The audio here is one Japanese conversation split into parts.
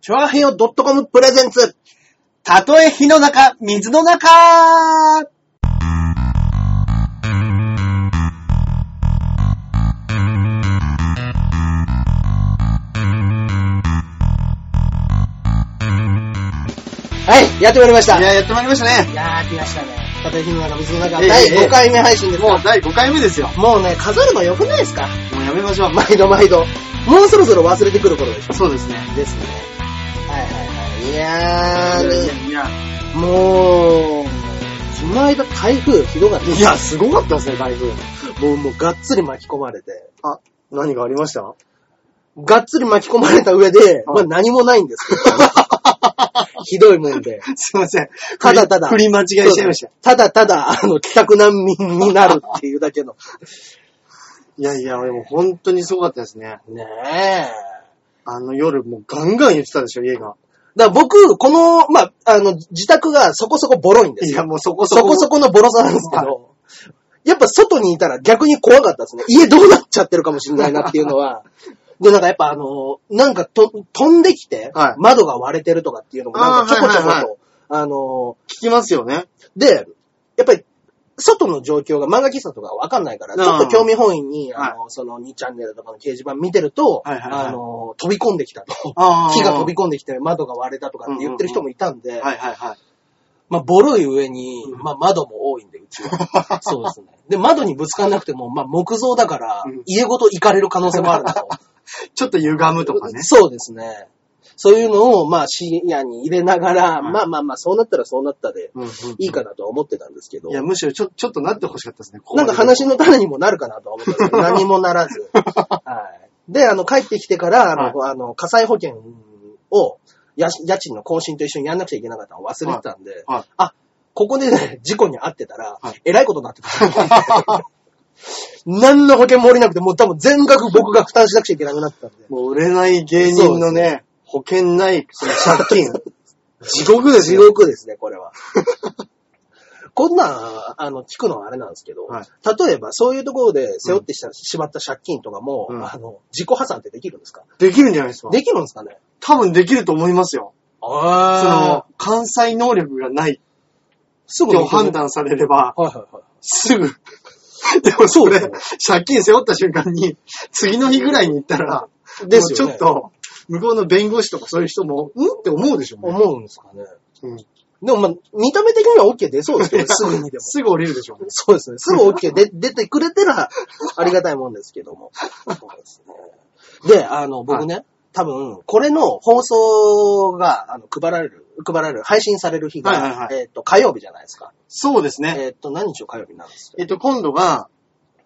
チョアヘヨ .com プレゼンツ。たとえ火の中、水の中はい、やってまいりました。いや、やってまいりましたね。やー、来ましたね。たとえ火の中、水の中、ええ第ええ5回目配信ですかもう第5回目ですよ。もうね、数えるの良くないですかもうやめましょう。毎度毎度。もうそろそろ忘れてくる頃でしょ。そうですね。ですね。はいはいはい。いやー、ね、いや、もう、その間台風ひどかった。いや、すごかったですね、台風。もう、もうがっつり巻き込まれて。あ、何がありましたがっつり巻き込まれた上で、あまあ何もないんですけ ど。ひどいもん で。すいません。ただただ。振り間違いしちゃいました。ただただ、あの、帰宅難民になるっていうだけの。いやいや、でも本当にすごかったです ね。ねえ。あの夜、もうガンガン言ってたでしょ、家が。だから僕、この、まあ、あの、自宅がそこそこボロいんですいよ。や、もうそこそそこ。こそこのボロさなんですけど、やっぱ外にいたら逆に怖かったですね。家どうなっちゃってるかもしれないなっていうの は。で、なんかやっぱあの、なんかと飛んできてはい、窓が割れてるとかっていうのもなんかちょこちょあーはいはいはこと、あの、聞きますよね。で、やっぱり、外の状況が漫画喫茶とかわかんないから、うんちょっと興味本位に、あの、その2チャンネルとかの掲示板見てると、はいはいはいあの、飛び込んできたと。あ木が飛び込込んできて窓が割れたとかって言ってる人もいたんで、はいはいはい。まあ、ボロい上にう、んまあ、窓も多いんで、うち は。そうですね。で、窓にぶつからなくても、まあ、木造だからうん、家ごと行かれる可能性もあるなと。ちょっと歪む とかね。そうですね。そういうのを、まあ、深夜に入れながら、うんまあまあまあ、そうなったらそうなったで、うんうんいいかなとは思ってたんですけどい、や、むしろちょ、ちょっとなってほしかったですね。ここなまんでか話の種にもなるかなとは思ったん ですけど、何もならず。はい。で、あの、帰ってきてから、あの、あの火災保険を、やし家賃の更新と一緒にやんなくちゃいけなかったのを忘れてたんで、はいあ、ここでね、事故に遭ってたら、はいえらいことになってた。 何の保険も下りなくて、もう多分全額僕が負担しなくちゃいけなくなってたんで。もう売れない芸人のね、保険ない、その借 金。地獄です地獄ですね、これ は。こんなん、あの、聞くのはあれなんですけど、はい例えばそういうところで背負ってしたしまった借金とかも、うんあの、自己破産ってできるんですかできるんじゃないですか。できるんですかね多分できると思いますよ。そのあ、関西能力がないその、すぐとできる判。断されれば、はいはいはい。すぐ。 でもそそうでれすよね、借金背負った瞬間に、次の日ぐらいに行ったら、ですよもねうちょっと、向こうの弁護士とかそういう人も、うんって思うでしょ、もう思うんですかね。うんでもまあ、見た目的には OK 出そうです けど、すぐにでも。すぐ降りるでしょ、もうそうですね。すぐ OK で出てくれてら、ありがたいもんですけども。そうですね。で、あの、僕ね、多分、これの放送が、あの、配られる、配られる、配信される日が、はいはいはいえっ、と、火曜日じゃないですか。そうですね。えっ、と、何日を火曜日になるんですかえっと、今度が、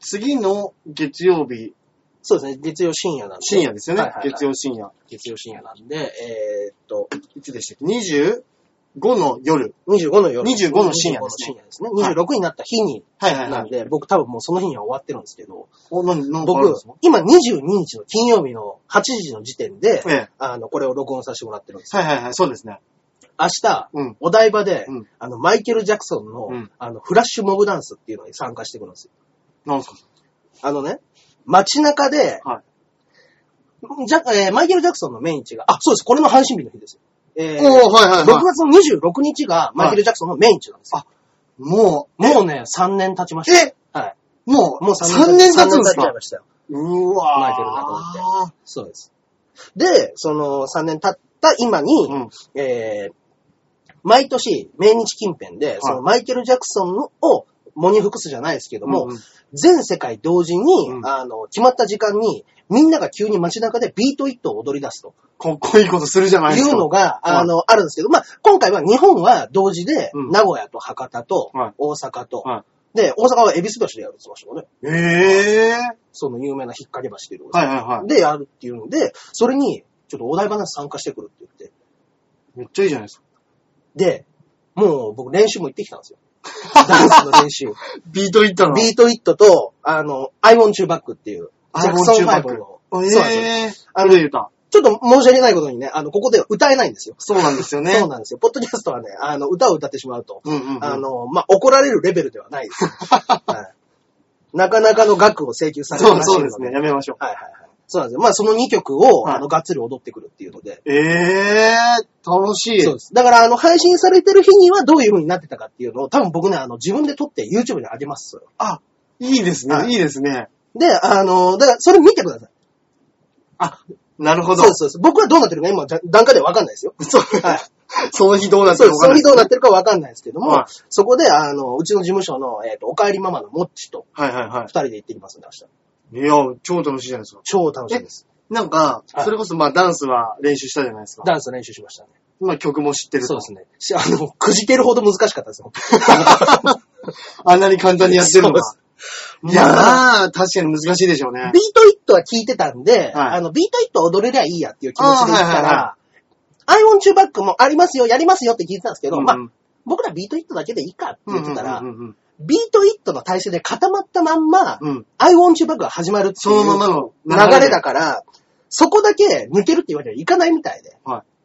次の月曜日、そうですね。月曜深夜なんで。深夜ですよね。はいはいはい月曜深夜。月曜深夜なんで、えっ、と、いつでしたっけ ?25 の夜。 25の夜。 25の深夜25のですね深夜ですね。26になった日に、はいはいなはんい。で、僕多分もうその日には終わってるんですけど、お、なんなんかあるん僕ですか、今22日の金曜日の8時の時点で、ええ。あの、これを録音させてもらってるんですよ。はいはいはい、そうですね。明日、うん。お台場で、うんあの、マイケル・ジャクソンの、うんあの、フラッシュモブダンスっていうのに参加してくるんですよ。なんですかあのね、街中で、はジャえーマイケル・ジャクソンの命日が、あ、そうです、これの配信日の日ですよ。えおー、ーはいはい6はい。月の26日がマイケル・ジャクソンの命日なんですよ。ももうね、3年経ちました。え、はい。もう、もう3年経つんです3年経っちゃいかましたよ。うわマイケルだと思そうです。で、その3年経った今に、うん。えー毎年、命日近辺で、そのマイケル・ジャクソンのを、喪に服すじゃないですけども、うんうん全世界同時に、うんあの、決まった時間に、みんなが急に街中でビートイットを踊り出すとかっこいいことするじゃないいですか。うのが、はいあの、あるんですけど、まあ、今回は日本は同時で、うん名古屋と博多とはい、大阪と、はで、大阪は恵比寿橋でやるって言ってましたもんね。ええその有名な引っ掛け橋っていうところはいはいはい。で、でやるっていうので、それに、ちょっとお台場に参加してくるって言って、めっちゃいいじゃないですか。で、もう僕練習も行ってきたん ですよ。ダンスの練習。ビートいったのビートイットと、あの、I want you back っていう、ジアャイボクンソチンューバ5ック。の。えそうなんえですよあれ言うた。ちょっと申し訳ないことにね、あの、ここでは歌えないんですよ。そうなんですよね。そうなんですよ。ポッドキャストはね、あの、歌を歌ってしまうと、うんうんうん。あの、まあ、怒られるレベルではない です。はいなかなかの額を請求されてそうましいそうのですね。やめましょう。はいはいはい。そうなんですよ。まあ、その2曲を、はいあの、がっつり踊ってくるっていうので。ええー、楽しい。そうです。だから、あの、配信されてる日にはどういう風になってたかっていうのを、多分僕ね、あの、自分で撮って YouTube に上げます。あ、いいですね、はいい、いですね。で、あの、だから、それ見てください。なるほど。そうです、そうです。僕はどうなってるか今、じゃ段階ではわかんないです よ。そうはい。その日どうなってそうるでのす。かそなれどうなってるかわかんないですけども、はいそこで、あの、うちの事務所の、えっ、と、おかえりママのモッチとはいはいは二人で行ってきますんで、明い。日。いや、超楽しいじゃないですか。超楽しみです。なんかは、いそれこそまあダンスは練習したじゃないですか。ダンス練習しましたね。まあ曲も知ってるそうと。ですね。しあの、くじけるほど難しかったですもん。あんなに簡単にやってるのがそ。いや、まあまあ、確かに難しいでしょうねビー。トイットは聞いてたんで、はいあの、ビートイットは踊れりゃいいやっていう気持ちで行あったーはいはいら、アイオンチューバックもありますよ、やりますよって聞いてたんですけど、まあ、僕らビートイットだけでいいかって言ってたら、うんうんうんビートイットの体勢で固まったまんま、うんうんアイオンチューバックが始まるってそいうのままの流れだ。から、そこだけ抜けるって言われてはいかないみたいで、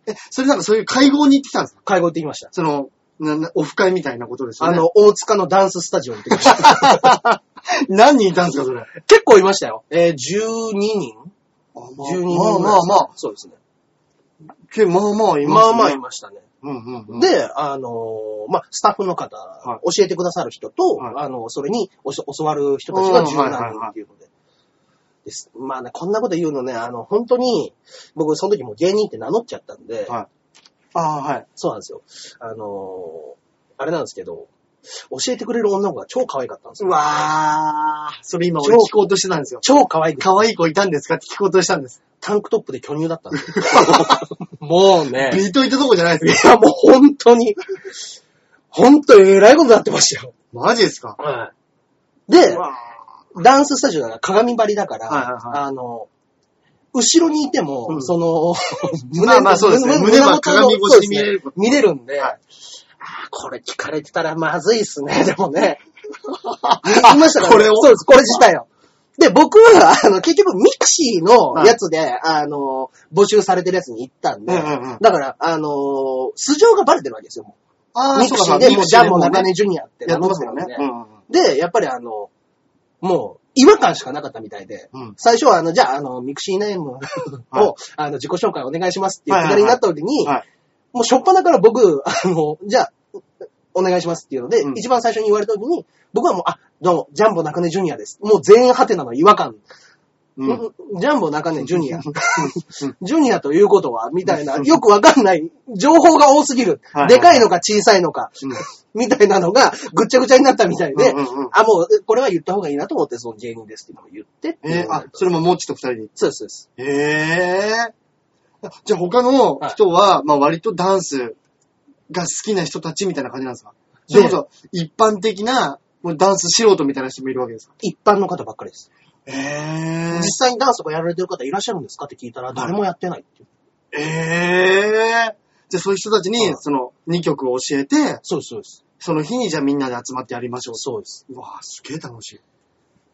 え、それなんかそういう会合に行ってきたんですか会合行ってきました。その、ななオフ会みたいなことですよあね。の、大塚のダンススタジオに行ってき ました。何人いたんですか、それ。結構いましたよ。えー、12人12 ?12 人ぐまらあまいあまあ。。そうですね。けまあまあいます、ね。まあまあいましたね。うんうんうん。で、あのーまあ、スタッフの方、教えてくださる人と、はあの、それにおし教わる人たうちがんはい17はい人はいっていうので。です。まあね、こんなこと言うのね、あの、本当に、僕、その時もう芸人って名乗っちゃったんで、はいああ、はい。そうなんですよ。あのーあれなんですけど、教えてくれる女の子が超可愛かったんですうよ。わー。それ今俺聞こうとしてたんですよ。超可愛くて、可愛い子いたんですかって聞こうとしたんです。タンクトップで巨乳だったんですよ。 もうね。ビートいたとこじゃないですいや、もう本当に、本当に偉いことになってましたよ。か。マジですかでう、わダンススタジオだから鏡張りだから、はいはいはあの、後ろにいても、うん その、まあまあそうですね胸は鏡越しに見れるそうですね見れるんで、はあーこれ聞かれてたらまずいっすね、 でも ね。聞きましたから、ね、これをそうです、これ自体を。で、僕は、あの、結局、ミクシーのやつで、あの、募集されてるやつに行ったんで、うんうんうんだから、あの、素性がバレてるわけですよ。もあうーミクシーで、もう、ジャンも中根ねジュニアってやなっっててまますすよよねね。。うんで、やっぱりあの、もう、違和感しかなかったみたいで、うん最初はあの、じゃあ、あの、ミクシーネームを、はいあの、自己紹介お願いしますっていうくだりになった時に、はいもう、しょっぱなから僕、あの、じゃあ、お願いしますっていうので、うん一番最初に言われた時に、僕はもう、あ、どうも、ジャンボ中根ジュニアです。もう全員ハテナの違和感。うん。うんんジャンボ中根ジュニア。ジュニアということは、みたいな、よくわかんない、情報が多すぎる。はいはいでかいのか小さいのか、みたいなのが、ぐっちゃぐちゃになったみたいで、うんうんうんあ、もう、これは言った方がいいなと思って、その芸人ですっていうのを言ってっていえうーのがあ、それももっちと二人でそうです、そうです。ええじゃあ他の人は、まあ割とダンスが好きな人たちみたいな感じなんですかそれこそ一般的なもうダンス素人みたいな人もいるわけですか一般の方ばっかりです。え実際にダンスとかやられてる方いらっしゃるんですかって聞いたら、誰もやってないっていう。えええじゃあそういう人たちはにいその2曲を教えて、そうです、そうです。その日にじゃあみんなで集まってやりましょう。そうです。うわぁ、すげえ楽しい。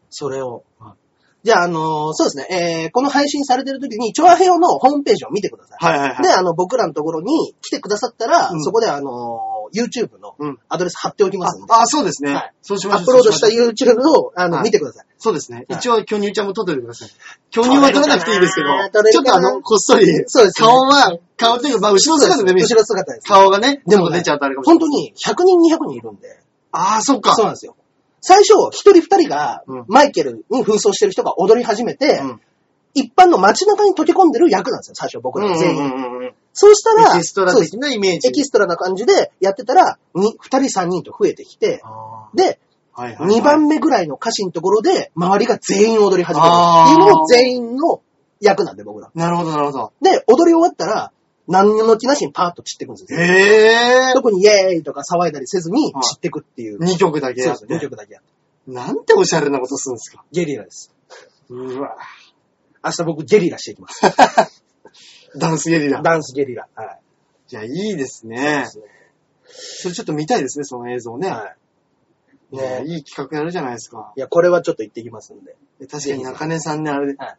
それをは。じゃあ、あのーそうですね、えー、この配信されてる時に、調和平のホームページを見てください。はいはいはい。で、あの、僕らのところに来てくださったら、うんそこであのー YouTube のうんアドレス貼っておきますんで、ああ、そうですね。はいそうしましょアう。ップロードしたそうしまょう YouTube を、あの、はい見てください。そうですね。はい一応、巨乳ちゃんも撮っておいてくだ さい。巨乳は撮らなくていいですけど撮、れちょっとるかな撮れるかあなの、こっそり、そうですね顔は、顔というか、まあ、後ろ姿で見る後。ろ姿です。顔がね、ででももね出ちゃうとあれかもしれ本ない。当に100人200人いるんで。ああ、そっか。そうなんですよ。最初、一人二人がうん、マイケルに扮装してる人が踊り始めて、うん一般の街中に溶け込んでる役なんですよ、最初う僕んうら全員。んうんうん。エそうしたら、キストラそうです的なイメージ。エキストラな感じでやってたら、に二人三人と増えてきて、あで、ーはいはいはい二番目ぐらいの歌詞のところで、周りが全員踊り始める。あー今も全員の役なんで、僕ら。なるほど、なるほど。で、踊り終わったら、何の気なしにパーッと散ってくんですよ。ええ特にイエーイとか騒いだりせずにはい散ってくっていう。二曲だけそうやでっすね。2て。曲だけやって。なんておしゃれなことするんですか。ゲリラです。うわ明日僕ゲリラしていきます。ダンスゲリラ。ダンスゲリラ。はい。いや、いいですそうねで。すねそれちょっと見たいですね、その映像ね。はいい。やねいい企画やるじゃないですか。いや、これはちょっと行ってきますんで。確かに中根さんね、あれではい、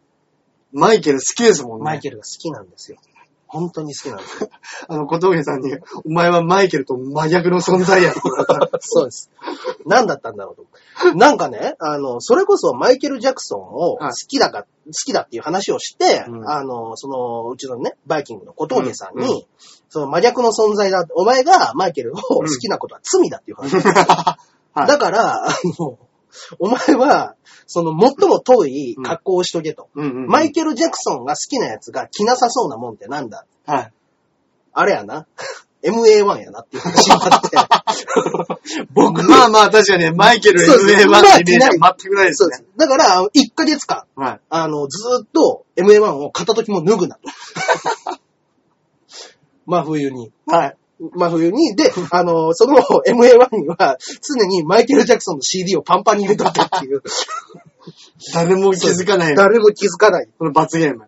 マイケル好きですもんね。マイケルが好きなんですよ。本当に好きなんですよ。あの、小峠さんに、お前はマイケルと真逆の存在やって言われた。 そうです。何だったんだろうと。なん かね、あの、それこそマイケル・ジャクソンを好きだか、好きだっていう話をして、うんあの、その、うちのね、バイキングの小峠さんに、その真逆の存在だ、お前がマイケルを好きなことは罪だっていう 話。はいだから、あの、お前は、その、最も遠い格好をしとけと。 うんうん。マイケル・ジャクソンが好きなやつが着なさそうなもんってなんだはい。あれやな。MA1 やなっていう話になって。僕は、まあまあ、確かに、マイケル MA1 そうのですイメージは全くないでそすうでねす。。だから、1ヶ月間、はい。あの、ずーっと MA1 を片時も脱ぐなと。 真冬に。はい。真冬に。で、あの、その MA1 には、常にマイケル・ジャクソンの CD をパンパンに入れとったっていう。誰も 気づかない。誰も気づかない。この罰ゲーム。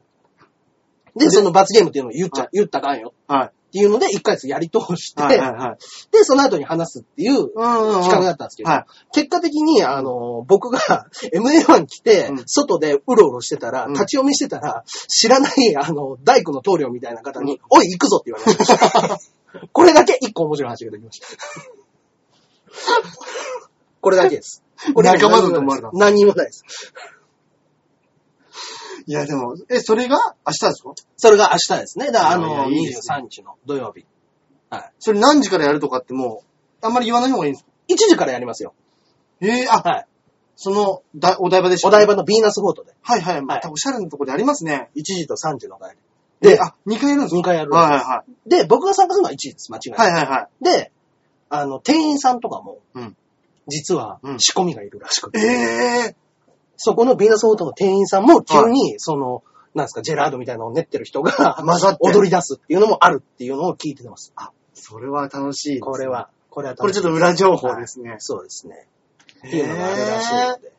で、その罰ゲームっていうのを言っちゃ、はい言ったらあかんよ。はい。っていうので、1ヶ月やり通して、はいはいはい。で、その後に話すっていううんうんうん。企画だったんですけど、はい結果的に、あの、僕が MA1 来てうん、外でうろうろしてたら、うん立ち読みしてたら、知らない、あの、大工の棟梁みたいな方に、おい、行くぞって言われ ました。これだけ一個面白い話ができました。 これだけです。これだけ仲間だと思われた何にもないです。いや、でも、え、それが明日ですかそれが明日ですね。だから、あいやの、いやいいですね23日の土曜日。それ何時からやるとかってもう、あんまり言わない方がいいんですか1時からやりますよ。ええあ、はい。その、だお台場でしたお台場のビーナスフォートで。はいはい。またおしゃれなとこでありますね。 1時と3時の帰り。で、で、あ、2回やるんですか2回やるんですはいはで、僕が参加するのは1時です。間違いない。はいい。はいはいはい。で、あの、店員さんとかも、うん実はうん仕込みがいるらしくて、ええそこのビーナスオートの店員さんも急に、その、なんですか、ジェラードみたいなのを練ってる人が、 混ざって踊り出すっていうのもあるっていうのを聞いてます。あ、それは楽しいですねこれ。は、これは楽しい、これちょっと裏情報ですね。そうですね。っていうのがあるらしいので。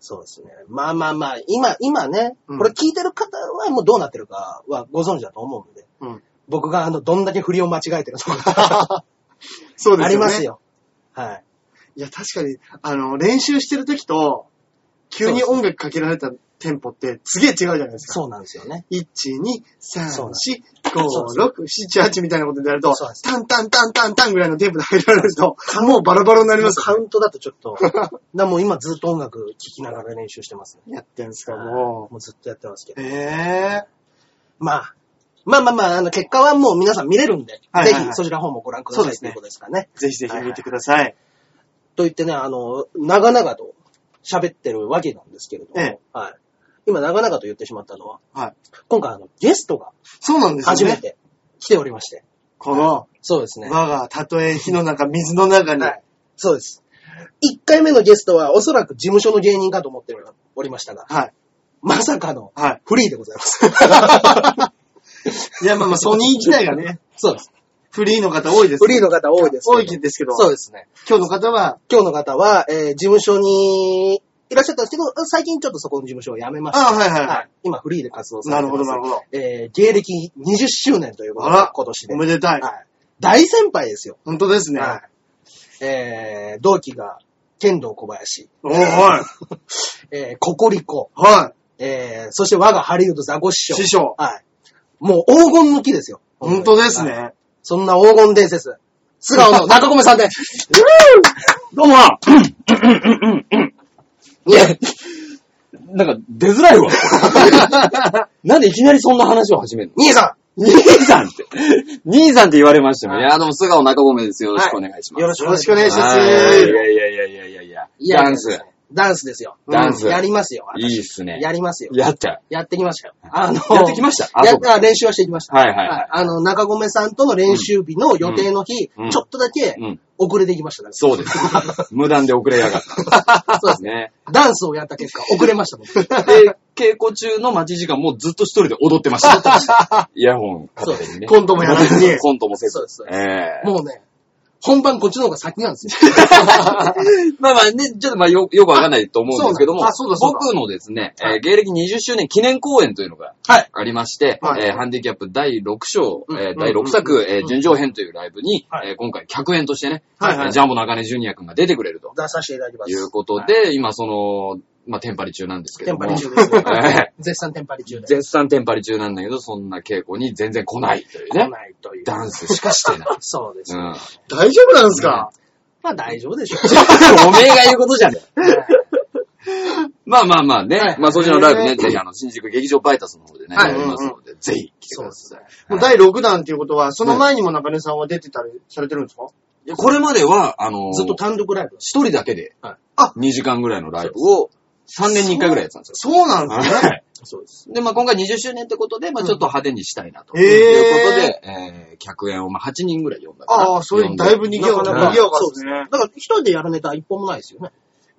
そうですね。まあまあまあ、今、今ね、うんこれ聞いてる方はもうどうなってるかはご存知だと思うんで、うん僕があの、どんだけ振りを間違えてるとか、 そうであすりよね。ます。よ。はい。いや、確かに、あの、練習してる時と、急に音楽かけられたテンポって、すげえ違うじゃないですか。そうなんですよね。 1、2、そう3、なんで4、そう5、6、7、8みたいなことでやるとそうなんで、すタンタンタンタンタンぐらいのテンポで入られると、もうバラバラになりますカよウね。ントだとちょっ と、なもう今ずっと音楽聴きながら練習してますね。やってんすか、ももうずっとやってますけう。ど。ええまあ、まあまあまあ、あの、結果はもう皆さん見れるんで、はいはいはいぜひそちらの方もご覧くださそういですといねうことですかね。ぜひぜひ見てください。と言ってね、あの、長々と喋ってるわけなんですけれども、ええはい。今長々と言ってしまったのは、はい今回あの、ゲストがそうなんですよね。初めて来ておりまして、この、そうですね。我がたとえ火の中、水の中に、はいそうです。1回目のゲストはおそらく事務所の芸人かと思っておりましたが、はい。まさかのはフリーでございます。い。いや、まあまあ、ソニー自体がね、そうです。フリーの方多いです。フリーの方多いですけど。多いですけど、そうですね。今日の方は、今日の方は、えー事務所にいらっしゃったんですけど、最近ちょっとそこの事務所を辞めました。ああ、はいはいははい今フリーで活動い。さなれるてほまど、す。なるほど。えー芸歴20周年ということあでら、今年で。おめでたい。はい大先輩ですよ。本当ですね。はいえー同期が、剣道小林、おーはい。えーココリコ、はえーそして我がハリウッドザコシシい。ョウ師。匠。はい。もう黄金の木ですよ。本当ですはいね。そんな黄金伝説。素顔の中込さんで。どうもいや、なんか出づらいわ。 なんでいきなりそんな話を始めるの兄さ兄さんって。兄さんって言われましても。いや、でも素顔中込です。よろしくお願いしんます。よろしくお願いしまはす。いいえやいやいやいやいやいや。いやダンス。。ダンスですよ。ダンスうんやりますよ。い私いっすね。やりますよ。やった。やってきましたよ。あの、やってきましたあやそうかあ練習はしてきました。はいはいはいあの、中込さんとの練習日の予定の日、うんうんちょっとだけうん。遅れてきましたから。そう です。無断で遅れやがっ た。そうですね。ね。ダンスをやった結果、遅れましたもん。で、稽古中の待ち時間もずっと一人で踊ってました。 イヤホン片手にね。コントもやらず に。コントもせず。そうですそうでええ もうね、本番こっちの方が先なんですよ。まあまあね、ちょっとまあよよくわかんないと思うんですけども、あそうだそうだ僕のですね、えー芸歴20周年記念公演というのがはいありまして、はいえーハンディキャップ第6章、うんえうーん第6うん作、うんえー純情編というライブに、はいえー今回客演としてね、はいはいえージャンボ中根ジュニア君が出てくれると出させていただきます。いうことで、今その、まあテンパリ中なんですけテどンパも、リ中ですね。 え絶賛テンパリ中ーで。絶賛テンパリ中なんだけど、そんな稽古に全然来ないという来ね、ないという。ダンスしかしてない。そうですうね。ん大丈夫なんですかまあ大丈夫でしょう。 おめえが言うことじゃねえ。まあまあまあね。はいまあそちらのライブえね、ーぜひあの、新宿劇場バイタスの方でね、はいやりますので、ぜひ来てください。もう第6弾っていうことは、その前にも中根さんは出てたりされてるんですかいやこれまでは、あのー、ずっと単独ライブ。一人だけで、はいあ2時間ぐらいのライブを、3年に1回ぐらいやってたんですよ。そうなんですね。はいそうです。で、まあ今回20周年ってことで、まあちょっと派手にしたいなと。うんいうことで、えー、客演をまあ8人ぐらい呼んだかなああ、それだいぶ賑やかなな、かなか賑やかですね。だから一人でやるネタは一本もないですよね。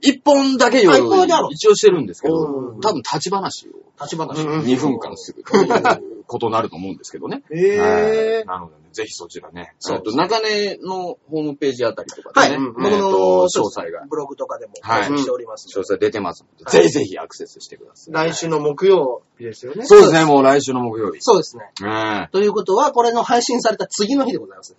一本だけ用あ一本意だろ一応してるんですけど、うん多分立ち話を立ち話。うん2分間するということになると思うんですけどね。はえいなので、ね、ぜひそちらね。そうえっと中根のホームページあたりとかはでい。ね、うん僕えっの、とそう詳です細が、ブログとかでもはい配信しておりますの詳で。細出てますので、はいぜひぜひアクセスしてくださーい。来週の木曜日ですよね。そうですね、もう来週の木曜日。そうですね。ねということは、これの配信された次の日でございます。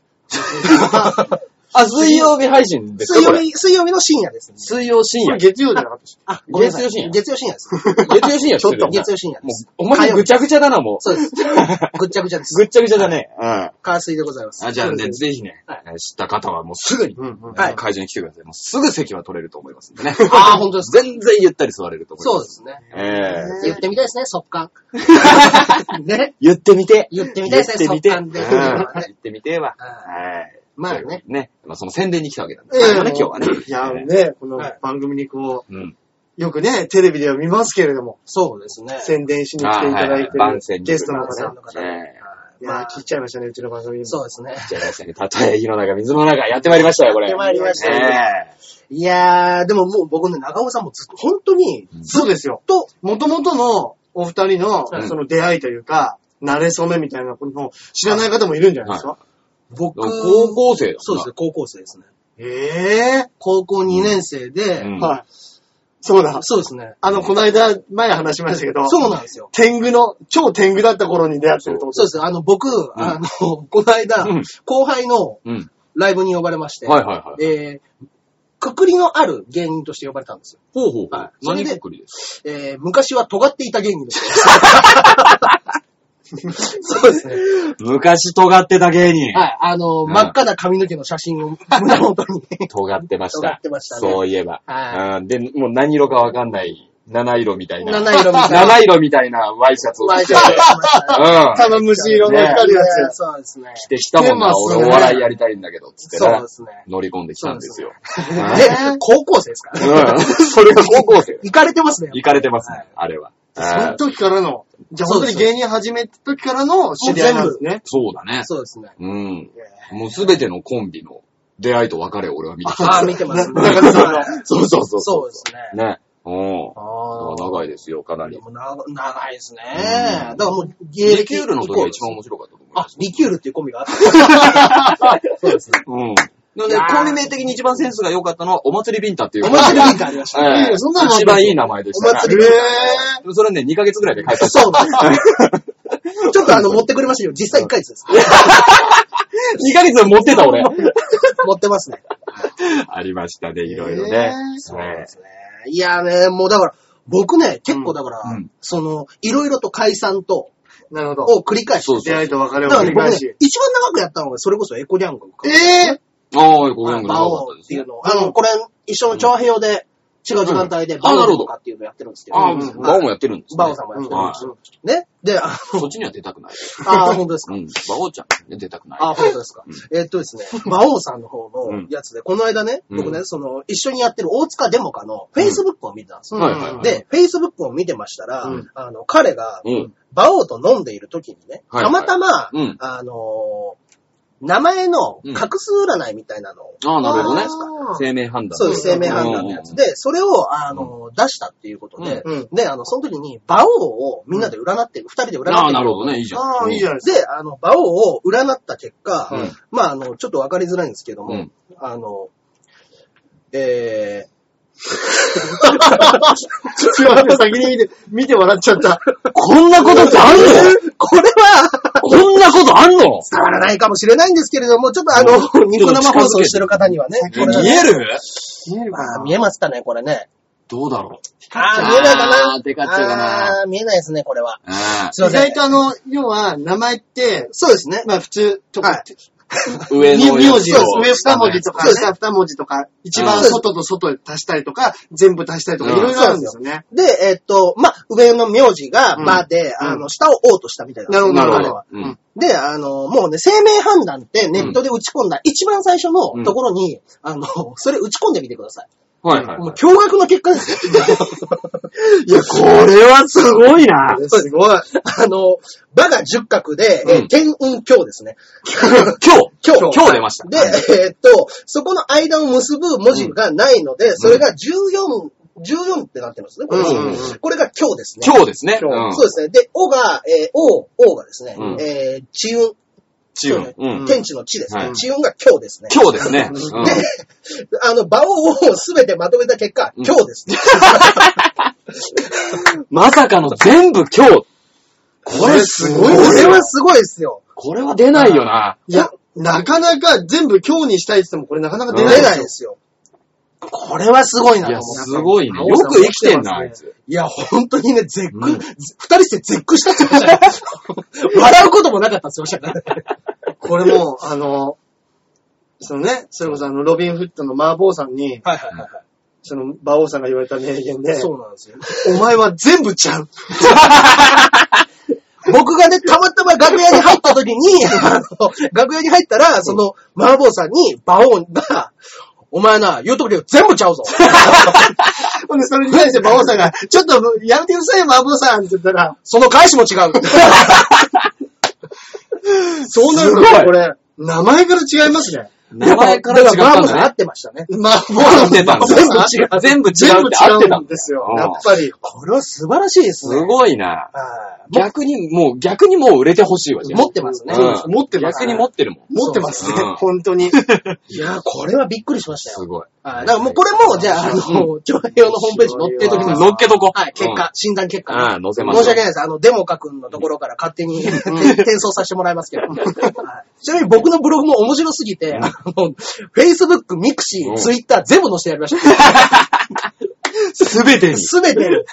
あ、水曜日配信です水かこ曜れ日、水曜日の深夜ですね。水曜深こ夜れ。月曜じゃなかったし。あ、ごめんなさい月曜深夜月曜深夜です。月曜深夜してるよ月曜深夜でもす。う、お前ぐちゃぐちゃだな、もう。そうです。ぐっちゃぐちゃです。ぐっちゃぐちゃだね。うん。あ、火水でございます。じゃあそうですね、ぜひねはい、えー知った方はもうすぐに、うんうん。はい会場に来てください。もうすぐ席は取れると思いますんで ね。あー本当ですか全然ゆったり座れると思いそうま。ですすね。そうです。ええ言ってみたいですね、速 乾。ね。言ってみて。言ってみたいですね、言速って乾みて。で。うんは言いってみては。はいはい。まあというこねと。でね。まあその宣伝に来たわけなんでえすえけどね、今日はね。いやええね、このはい番組にこうん。う、よくね、テレビでは見ますけれども、そうですね。宣伝しに来ていただいてあはいはい番宣るにゲストの番宣方。の方ええはいいやー、切っちゃいましたね、うちの番組にも。そうですね。じゃあ、皆さんにたとえ火の中、水の中、やってまいりましたよ、これ。やってまいりましたよねえいやー、でももう僕ね、長尾さんもずっと、本当に、そうですよ。と、もともとのお二人のうんその出会いというか、慣れ初めみたいなこの知らない方もいるんじゃないですか僕、高校生だもんなそうですね、高校生ですね。ええ高校2年生で、うんはい。そうだ。そうですね。あの、この間、前話しましたけど、そうなんですよ。天狗の、超天狗だった頃に出会ってるってことそうで。ですす。あの、僕、あの、 この間、うん後輩のうん。ライブに呼ばれまして、はいはいはい。えーくくりのある芸人として呼ばれたんですよ。ほうほうほ。はいうそれ何でくっくりですえー昔は尖っていた芸人です。 そうですね。昔尖ってた芸人。はい。あの、うん真っ赤な髪の毛の写真を胸元 に。尖ってました。尖ってましたねそういえば。はうんで、もう何色かわかんない、七色みたいな。七色みたいな七色みたいなワイシャツをワイシ着てャ。ツを着て ましたねうん。玉虫色の光るやつ。そうですね。着てきたもんな。着てます俺ねお笑いやりたいんだけど、つってそうなで。すね。乗り込んできたんですよ。で、高校生ですかうらね。ん。それが高校生。行かれてますね。行かれてますね、あれは。その時からの、じゃあそう本で当にす芸人始めた時からの知り合いなんですね。そうだね。そうですね。うん。もうすべてのコンビの出会いと別れを俺は見てきあたあ、。見て ますね。中野さんのそうそうそう。そうですね。ね。うん。あ長いですよ、かなあ。でり。もな長いですね。うだかんらもう、芸リキュールの時が一番面白かったと思いあま、す。リキュールっていうコンビがあった。そうですね。うん。なので、コンビ名的に一番センスが良かったのは、お祭りビンタっていう。お祭りビンタありました。 ええいいよそんなの一番いい名前でしたね。お祭えりそれね、2ヶ月ぐらいで書いた。そうなんですよ。ちょっとあの、持ってくれましたよ。実際1回です。 2ヶ月は持って た、俺。持ってますね。ありましたね、いろいろへね。ーそうですね。いやね、もうだから、僕ね、結構だから、うんうんその、いろいろと解散と、ーなるほど。を繰り返しそうて、そう出会いと別れだを繰からね、り僕返ねし。、一番長くやったのが、それこそエコリャングえか。えああ、ごめんごめん。魔王っていうのを、あの、これ、一緒の長平で、違う時間帯で、んバあなるオほどとかっていうのやってるんですけど、ああ、うんうんバオもやってるんですねバオさんもやってるんですよ。ねで、あそっちには出 たくない。あ、本当ですか。うん。バオちゃんに出たくない。あ、本当ですか。えっとですね、馬王さんの方うのんやつで、この間ね、うん僕ね、その、一緒にやってる大塚デモカの Facebook を見てたんですよ。はいはいはい。で、Facebook を見てましたら、うんあの、彼がうん、馬王と飲んでいる時にね、はいたまたま、うんあのー名前の画数占いみたいなのを、ああ、なるほどね。あー生命判断。そういう生命判断のやつで、それを、あのー出したっていうことで、うんうんで、あの、その時に、馬王をみんなで占ってる、二、人で占ってる。ああ、なるほどね。いいじゃん。ああ、いいじゃないですか。で、あの、馬王を占った結果、うんまあ、あの、ちょっとわかりづらいんですけども、うんあの、えすいません、先に見て、見て笑っちゃった。こんなことってあん ー、これは、のこんなことあんの伝わらないかもしれないんですけれども、ちょっとあの、ニコ生放送してる方にはね、これは見える見えるまあ、見えますかね、これね。どうだろあー見えないかなあーでかっちゃうかなあー見えないですね、これは。う。ああすいま意せん外とあの、要は、名前って、そうですね。まあ普通とか、はい上のや名字つをを。上二文字とそうか、ですね下二文字とか、一う番ん外と外で足したりとか、全部足したりとか、うんいろいろあるんですよね。で、えっと、まあ、上の名字が、うんまで、うんあの、下を O としたみたいなな。るほど、ななるるほほどど。うんうんで、あの、もうね、生命判断ってネットで打ち込んだ一番最初のところに、あの、 それ打ち込んでみてください。はいはいもうはい。驚愕の結果 ですよ。いや、こ れはすごいな。すごい。あの、馬が十角で、えーうん天運強ですね。今日今日今日出ました。で、えーっと、そこの間を結ぶ文字がないので、それが14、14ってなってますね、これうんうんうこれが今日ですね。今日ですね。今日うんそうですね。で、おが、えー、お、おがですね、うんえー、地運、チーム。。そううん天地の地ですね。はい地運が今日ですね。今 日ですね。うんで、あの、場をすべてまとめた結果、うん今日ですね。まさかの全部今日。これ すごいでこすれよはすごいですよ。これは出ないよな。いや、なかなか全部今日にしたいって言っても、これなかなか出出ないですよ。ないですよ。これはすごいないとや、思う。すごいね。青よさんく生きてんな、持っあていますつ。いや、本当にね、絶句、うんぜ二人して絶句したって言ってま したよ笑うこともなかったって言ってましたからね。これも、あの、そのね、それこそあの、ロビンフットのマーボーさんに、はいはいはいはその、馬王さんが言われた名言でい。、そうなんですよ。お前は全部ちゃう。僕がね、たまたま楽屋に入った時に、 あの楽屋に入ったら、その、麻婆さんに、馬王が、お前な、言うとこで全部ちゃう ぞ。ほんで、それに対して馬王さんが、ちょっとやめてくださいよ、マーボーさんって言ったら、その返しも違う。そうなるすごいと、これ、名前から違いますね。名前から違っだから麻たん婆さん合だってましたね。マーボー合さっんてたん だ全部違う。全部違う全部って合って違たうんんでだ。すよう、んやっぱり。これは素晴らしいですすね。ごいな。はい逆に、もう、逆にもう売れてほしいわ、じゃあ持ってますね。うん持ってます逆に持ってるもん。持ってますうんね、本当に。いやー、これはびっくりしましたすよ。ごい。はい。だからもうこれも、じゃあ、あの、長編用のホームページ載ってときます。乗っけとこ。はい、結うん果、。診断結果ね。ああ載せましょう申し訳ないです。あの、デモカ君のところから勝手に転送させてもらいますけど。はいちなみに僕のブログも面白すぎて、あの、Facebook、うん Mixi、Twitter 全部載せてやりました。す べてに。すべて。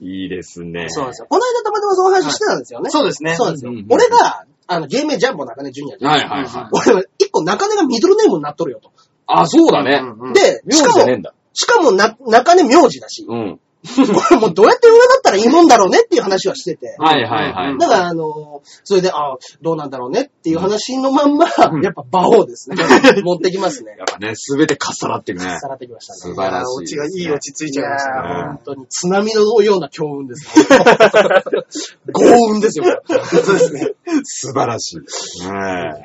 いいですね。そうなんですよ。この間たまたまその話してたんですよね。そうですね。そうなんですようんうん。俺が、あの、芸名ジャンボ中根ジュニアじゃん。はいはいはい。俺は一個中根がミドルネームになっとるよと。あ、そうだね。うんうんで、名し字かじゃねえんも、だ。しかもな、中根名字だし、うん。こ れもうどうやって上だったらいいもんだろうねっていう話はしてて。はいはいはい。うんだから、あのそれで、あどうなんだろうねっていう話のまんま、やっぱ馬王 ですね。持ってきますねや。っぱね、すべてかっさらっていくねさ。らってきました素ね。晴らオしチいがでいすね。いオチついいちゃいましたね。やー本当に津波のような強運ですね。豪運ですよ、これ。そうですね。素晴らしい。ね面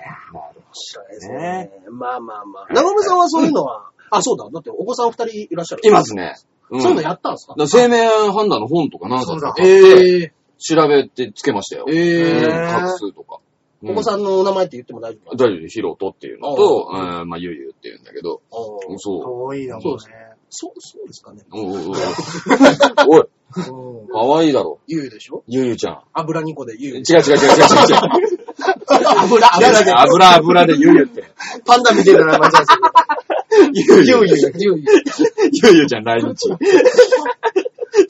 白いですね。まあまあまあ。長村さんはそういうのは、あ、そうだ。だってお子さん二人いらっしゃる。えいますね。うんそういうのやったんですかだから生命判断の本とか何冊か買って、ええ調べてつけましたよ。ええうん画数とか。お子さんのお名前って言っても大丈夫うん大丈夫、ヒロトっていうのと、うんまあ、ゆうゆうっていうんだけど、おーそう。遠いな、もうね。そう、そうですかね。おいおいおいおい、かわいいだろ。ゆうでしょゆうゆうちゃん。油2個でゆ違うう。違う違う違う違う。油、 油で、油、油でゆうゆうって。パンダみたいな名前じゃないゆうゆうゆゆう。ゆう。ゆうゆうちゃん 来日。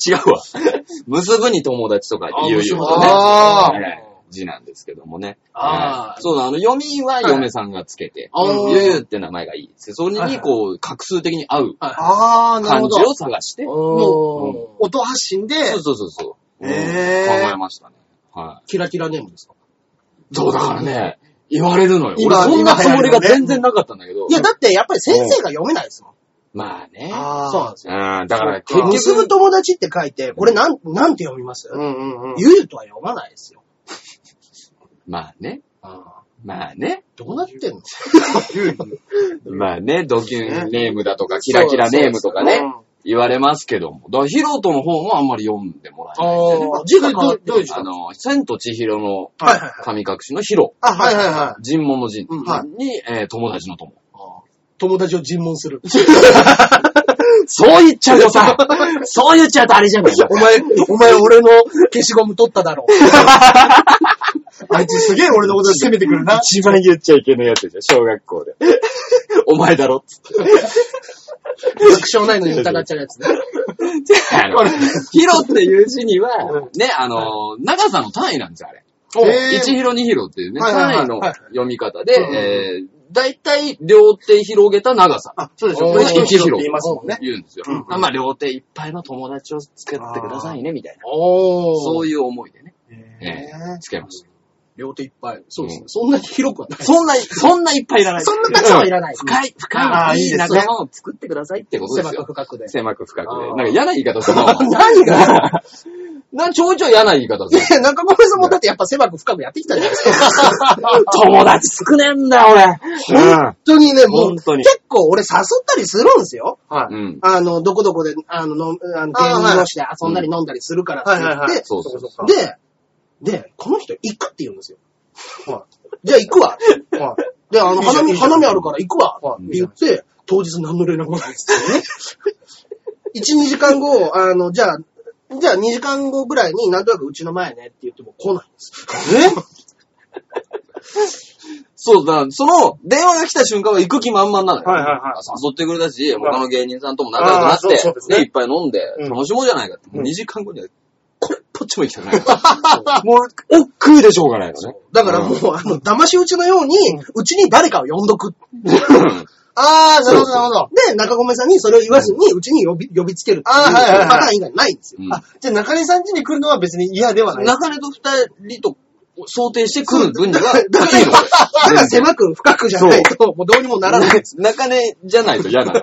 違うわ。結ぶに友達とかあ、ゆうゆう結ぶととねねあーええ字なんですけどもね。あーええそうだ、あの、読みは嫁さんがつけて、はいあーゆうゆうって名前がいいです。それはいはに、いこう、画数的に合うはい。 あー、なる漢ほ字どを。探して、おー音発信で、そうそうそうそう。うん考へーえましたね。はキラキラネームですかい。そうだからね、言われるのよ。俺今そんなつもりが今流行りのね全然なかったんだけど。いや、だってやっぱり先生が読めないですもん。まあね。あーそうなんですよ。うん、だからそうか結結ぶ局、友達って書いて、これなん、なんて読みますうんうんうん。ゆうとは読まないですよ。まあね、まあね。どうなってんのまあね、ドキュンネームだとか、キラキラネームとかねうん、言われますけども。だから、ヒロトの方もあんまり読んでもらえないんだよね。ああ、字が変わってどういうる。字あの、千と千尋のはいはいはい神隠しのヒロ、あ、はいはいは尋問の尋うんはに、えー友達の友。友達を尋問する。そう言っちゃうと さ、そう言っちゃうとあれじゃないお前、お前俺の 消しゴム取っただろ。い。あいつすげえ俺のこと責めてくるな。一番言っちゃいけないやつじゃん、小学校で。 お前だろっつって。確証ないのに疑っちゃうやつ ね。 あのヒロっていう字には、ね、あの、長さの単位なんですよ、あれ。お1ヒロ2ヒロっていうね、はいはいはい単位の読み方はいはいで、えー大体両手広げた長さ。あ、そうですおよ。ーこれ一広って言いますもんね。言うんですよ。うんあまあ、両手いっぱいの友達を作ってくださいね、みたいな。おそそうういう。いう思いでね、へーつけました。両手いっぱい。そうですねう。んそんなに広くはない。そんな、そんないっぱいいらない。そんな立場はいらない。深い、あ深ーい、いいいいですね仲間を作ってくださいってことで狭すくよ。深くで。狭く深くで。あなーんか嫌な言い 方するな。何が なんかちょいちょい嫌な言い方 いする。や、中込さんもだってやっぱ狭く深くやってきたじゃないです か。友達少ねえんだ、俺。本当にね、もう本当に結構俺誘ったりするんですよ。はうい。ん。あの、どこどこで、あの、のあのあー店員同士で遊んだり飲んだりするからって言はいはいはいっそうそうそかう。て、で、で、この人行くって言うんですよ。じゃあ行くわ。はで、あいの、いじゃん花見、いいじゃん花見あるから行くわ。はっいて言って、当日何の連絡もないですよね。1、2時間後、あの、じゃあ、じゃあ2時間後ぐらいになんとなくうちの前ねって言っても来ないんです。そうだ、その、電話が来た瞬間は行く気満々なのよ。はいはいはい誘ってくれたし、他の芸人さんとも仲良くなっあーそうそうでて、すねね、いっぱい飲んで、うん楽しもうじゃないかって。もううん2時間後には、これ、ぽっちも行きたくない。もう、おっくうでしょうがないよね。だからもう、あの、騙し討ちのように、うちに誰かを呼んどく。うんあー、なるほどそうそうなるほど。で、中込さんにそれを言わずに、うちに呼び、呼びつけるっていうあーはいはいはいパターン以外ないんですよ。うんあ、じゃあ中根さん家に来るのは別に嫌ではない。中根と二人と想定して来る分には、だから、だから全 然狭く深くじゃないと、もうどうにもならない。中根じゃないと嫌なの。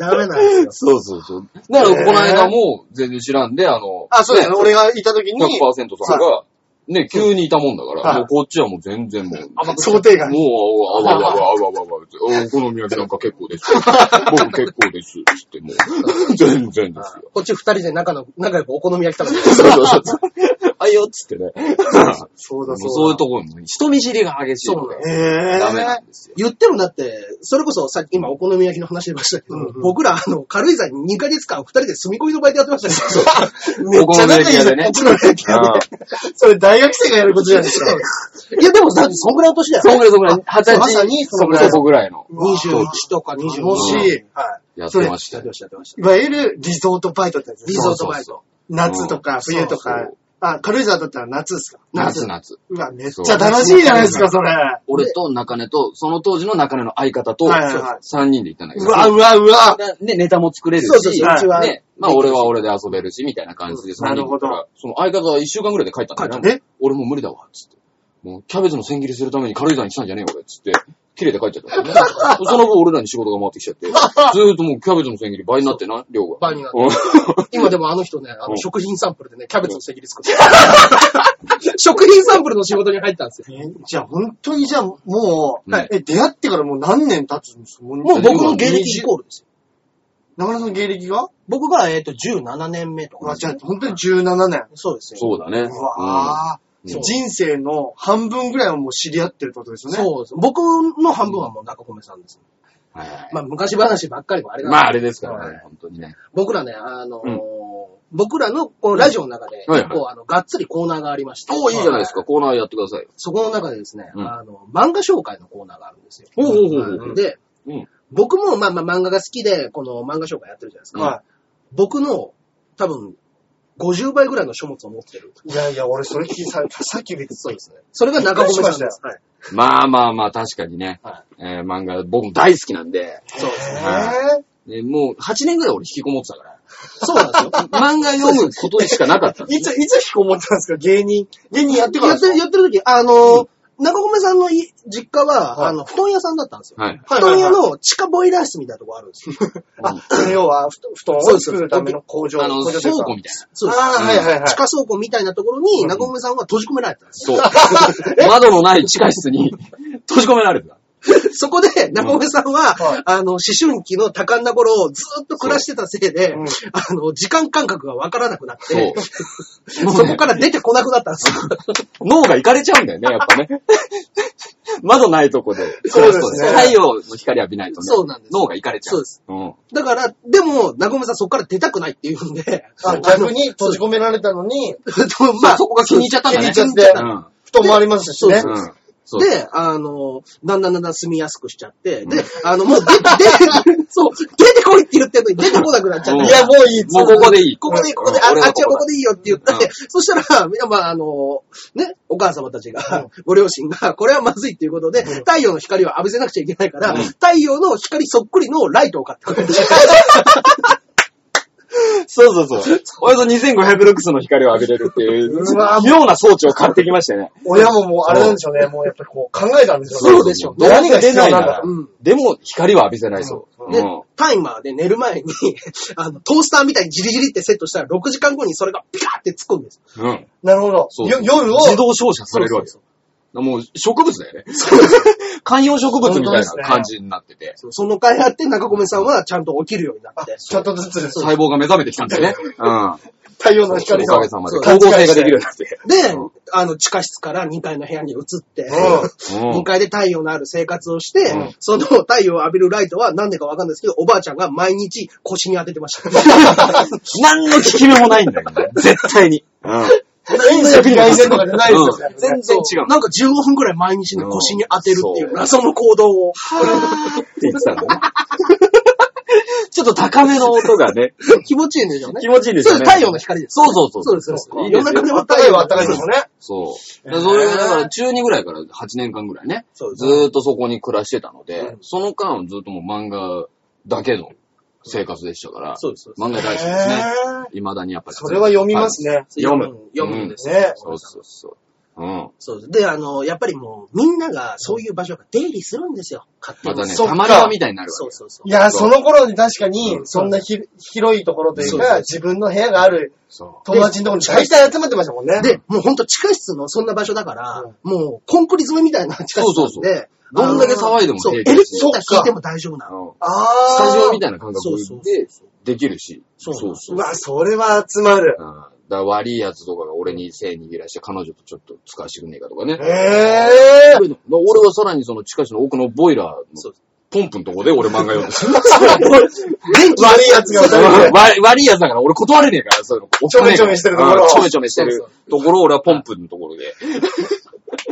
ダメなんですよ。そうそうそう。だから、この間も全然知らんで、あの、あ、そうですね。俺がいた時に、 100%さんが、ね、急にいたもんだから、はいもうこっちはもう全然もう、想定外。もう、あわあわあわあわあわあわあわあお好み焼きなんか結構です。僕結構です。つってもう、全然ですよ。こっち二人で仲の、仲良くお好み焼き食べてる。そうそうそう。あいよっつってね。そうもだうそうだ。そういうところに、人見知りが激しいのそうで、へー。ダメなんですよ。言ってもだって、それこそさっき今お好み焼きの話出ましたけど、うんうん僕らあの、軽井沢に2ヶ月間二人で住み込みのバイトやってましたね。 めっちゃ仲いいじゃん。おお好み焼き屋でそれ大学生がやることじゃないですか。いやでもだってそんぐらいの年だよそんぐらいそんぐらい。二十歳。まさにそそこんぐらいそこぐらいの。 21とか22楽ししい。はやってましい。たやってよました、やってました。いわゆるリゾートバイトってやつでリすゾねートバイト。夏とかそう冬とそかう。あ、軽井沢だったら夏ですか夏。夏。うわ、めっちゃ楽しいじゃないですか、それ。俺と中根と、その当時の中根の相方と、はいはいはい3人で行ったんだけど。うわ、うわ、うわ。で、ネタも作れるし、そうそうそうはいうちはね、まあ俺は俺で遊べるし、みたいな感じでうんなるほど三人だからその相方は一週間ぐらいで帰ったんだよ。え俺もう無理だわ、つって。もうキャベツの千切りするために軽井沢に来たんじゃねえよ、俺、つって。切れて帰っちゃったんだよね。その後俺らに仕事が回ってきちゃって、ずーっともうキャベツの千切り倍になってな、量が。倍になってうん今でもあの人ね、あうのん食品サンプルでね、キャベツの席切り作ってる。 食品サンプルの仕事に入ったんですよ。えじゃあ本当にじゃあもう、はいえ、出会ってからもう何年経つんですかもうもう僕の芸今歴イコールですよ。中村さんの芸歴が僕が、えっ、と、17年目とうわか。じゃあ本当に17年。そうですよ。 そうだね。うわうんー、人生の半分ぐらいはもう知り合ってるってことですよね。そうです。僕の半分はもう中込さんです。うんはいはいまあ、昔話ばっかりもあれなんでまああれですからはね、本当にね。僕らね、あのーうん僕らのこのラジオの中で、はい結構、あの、がっつりコーナーがありまして。おーいいじゃないですはか、コーナーやってくださいよ。そこの中でですね、うんあの、漫画紹介のコーナーがあるんですよ。ほうほうほうほうで、うん僕も、まあまあ漫画が好きで、この漫画紹介やってるじゃないですか。は僕の、多分、50倍ぐらいの書物を持ってる。い。いやいや、俺それ聞いさ、さっき見てそうですね。それが中込さんびっくりしまでしす。はい。まあまあまあ、確かにね。はえー漫画、僕も大好きなんで、そうですね。えねもう8年ぐらい俺引きこもってたから。そうなんですよ。漫画読むことしかなかったんー、でいつ、いつ引きこもってたんですか芸人。芸人やってからでやってする、かやってる時、あのー、中込さんのい実家は、はいあの、布団屋さんだったんですよ。はい。布団屋の地下ボイラー室みたいなとこあるんですよ。あ、それ要は、ふ布団を作るための工場。あの、工場とい倉うか庫みたいな。そうです。ああ、はいはいはい。地下倉庫みたいなところに、中込さんは閉じ込められたんですよ。 そう。窓のない地下室に閉じ込められてた。 そこで、中込さんは、はいあの、思春期の多感な頃をずっと暮らしてたせいで、うんあの、時間感覚がわからなくなっそうて、。そこから出てこなくなったんですよ。脳がいかれちゃうんだよね、やっぱね。窓ないとこで。そうですね太陽の光浴びないとね。そうなんです脳がいかれちゃう。そうです。うん。だから、でも、中込さんそこから出たくないって言うん で、あ逆に閉じ込められたのに、あのまあ、そこが気に入っちゃったんだね。気に入っちゃってうん。布団もありますしそうねそ。うんそうで、あの、だんだんだんだん住みやすくしちゃって、で、あの、もう 出て、出て、そう、出てこいって言ってんのに出てこなくなっちゃっうんいて。や、もういい。もうここでいい。ここで、ここで、あ俺あっちはここで。でいいよって言ったうて、 そしたら、いやまあ、あの、ね、お母様たちが、ご両親が、これはまずいっていうことで、太陽の光を浴びせなくちゃいけないから、うん太陽の光そっくりのライトを買って くれて、そうそうそう。およそ2500ルクスの光を浴びれるっていう、うわ妙な装置を買ってきましたよね。親ももうあれなんでしょうね。もうやっぱりこう考えたんですよね。そうでしょうどうにか出ないな何が必要なんらだ。うんでも、光は浴びせないそう。でうん、タイマーで寝る前に、あの、トースターみたいにジリジリってセットしたら、6時間後にそれがピカーって突っ込んでるんです。うん。なるほど。そうよ夜を。自動照射されるわけそよ。もう植物だよね。観葉植物みたいな感じになってて、そうその会あって中込さんはちゃんと起きるようになって。ちょっとずつです。細胞が目覚めてきたんだよね。うん。太陽のお光かがげ。さまで。そう光合成ができるようになって。で、あの、地下室から2階の部屋に移って、うん2階で太陽のある生活をして、うんその太陽を浴びるライトは何でかわかんないですけど、おばあちゃんが毎日腰に当ててました。何の効き目もないんだよね。絶対に。うん。全然外線とかじゃないですよね。全然違う。なんか15分くらい毎日ね、うん腰に当てるっていそうう謎の行動を。って言ってたんだね。 ちょっと高めの音がね、気持ちいいんでしょうね。 気持ちいいんですよそね。う太陽の光ですそうそうそう。そうです、そうです。いいで夜す中でよ。も暖太かい陽は暖かいですもんね。そう。でそれがだから中2ぐらいから8年間ぐらいね、そうですずーっとそこに暮らしてたのでう、その間ずっともう漫画だけの生活でしたから、そうです、そうです。漫画大好きですね。未だにやっぱり。それは読みますね。読む。読むんですねそうそうそう。うん。そうです。で、あの、やっぱりもう、みんながそういう場所が出入りするんですよ。勝手まに。たね、そっかたまり場みたいになるわけそようそうそうい。や、その頃に確かにう、んそんなひ広いところというそうか、自分の部屋があるそ友達のところに大体集まってましたもんね。で、もうほんと地下室のそんな場所だから、もうコンクリ詰めみたいな地下室なんで、そうそうどんだけ騒いでもそう、エ平気レだキしギター弾いても大丈夫なう。の。うんあスタジオみたいたいな感そうそう覚でできるし。そうそうそううわ、それは集まる。うんだから悪いやつとかが俺に性握らして彼女とちょっと使わせてくんねえかとかね。えだえから俺はさらにその地下室の奥のボイラーのそうポンプのとこで俺漫画読んで電気が悪いやつが二人でる。悪い悪いやつだから俺断れねえから、そういうの。ちょめちょめしてるところうんちょめちょめしてるところを俺はポンプのところで。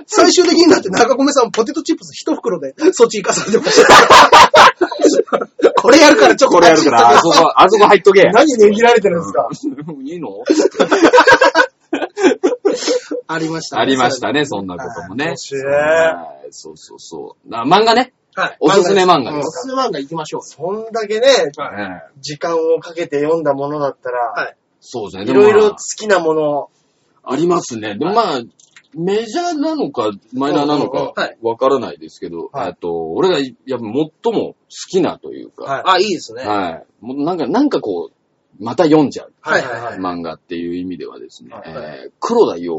最終的になって中込さんポテトチップス一袋でそっち行かされてました。これやるからちょっとこれやるから、あそこ、あそこ入っとけ。 何握られてるんですかうんいいのありました、ありましたね、そんなこともね面。白いはいそうそうそう。な漫画ね。はい。おすすめ漫画おですすめ漫画行きましょう。そんだけね、はいね時間をかけて読んだものだったはら、い。そうですね。いでもまろあいろ好きなもの、ありますね。でもまあ、メジャーなのか、マイナーなのうんうんうんかは、わからないですけど、はいえっと、俺がやっぱ最も好きなというか、はいあ、いいですね。はい。もうなんか、なんかこう、また読んじゃうはいはいは漫画っていう意味ではですね、はいえー黒田洋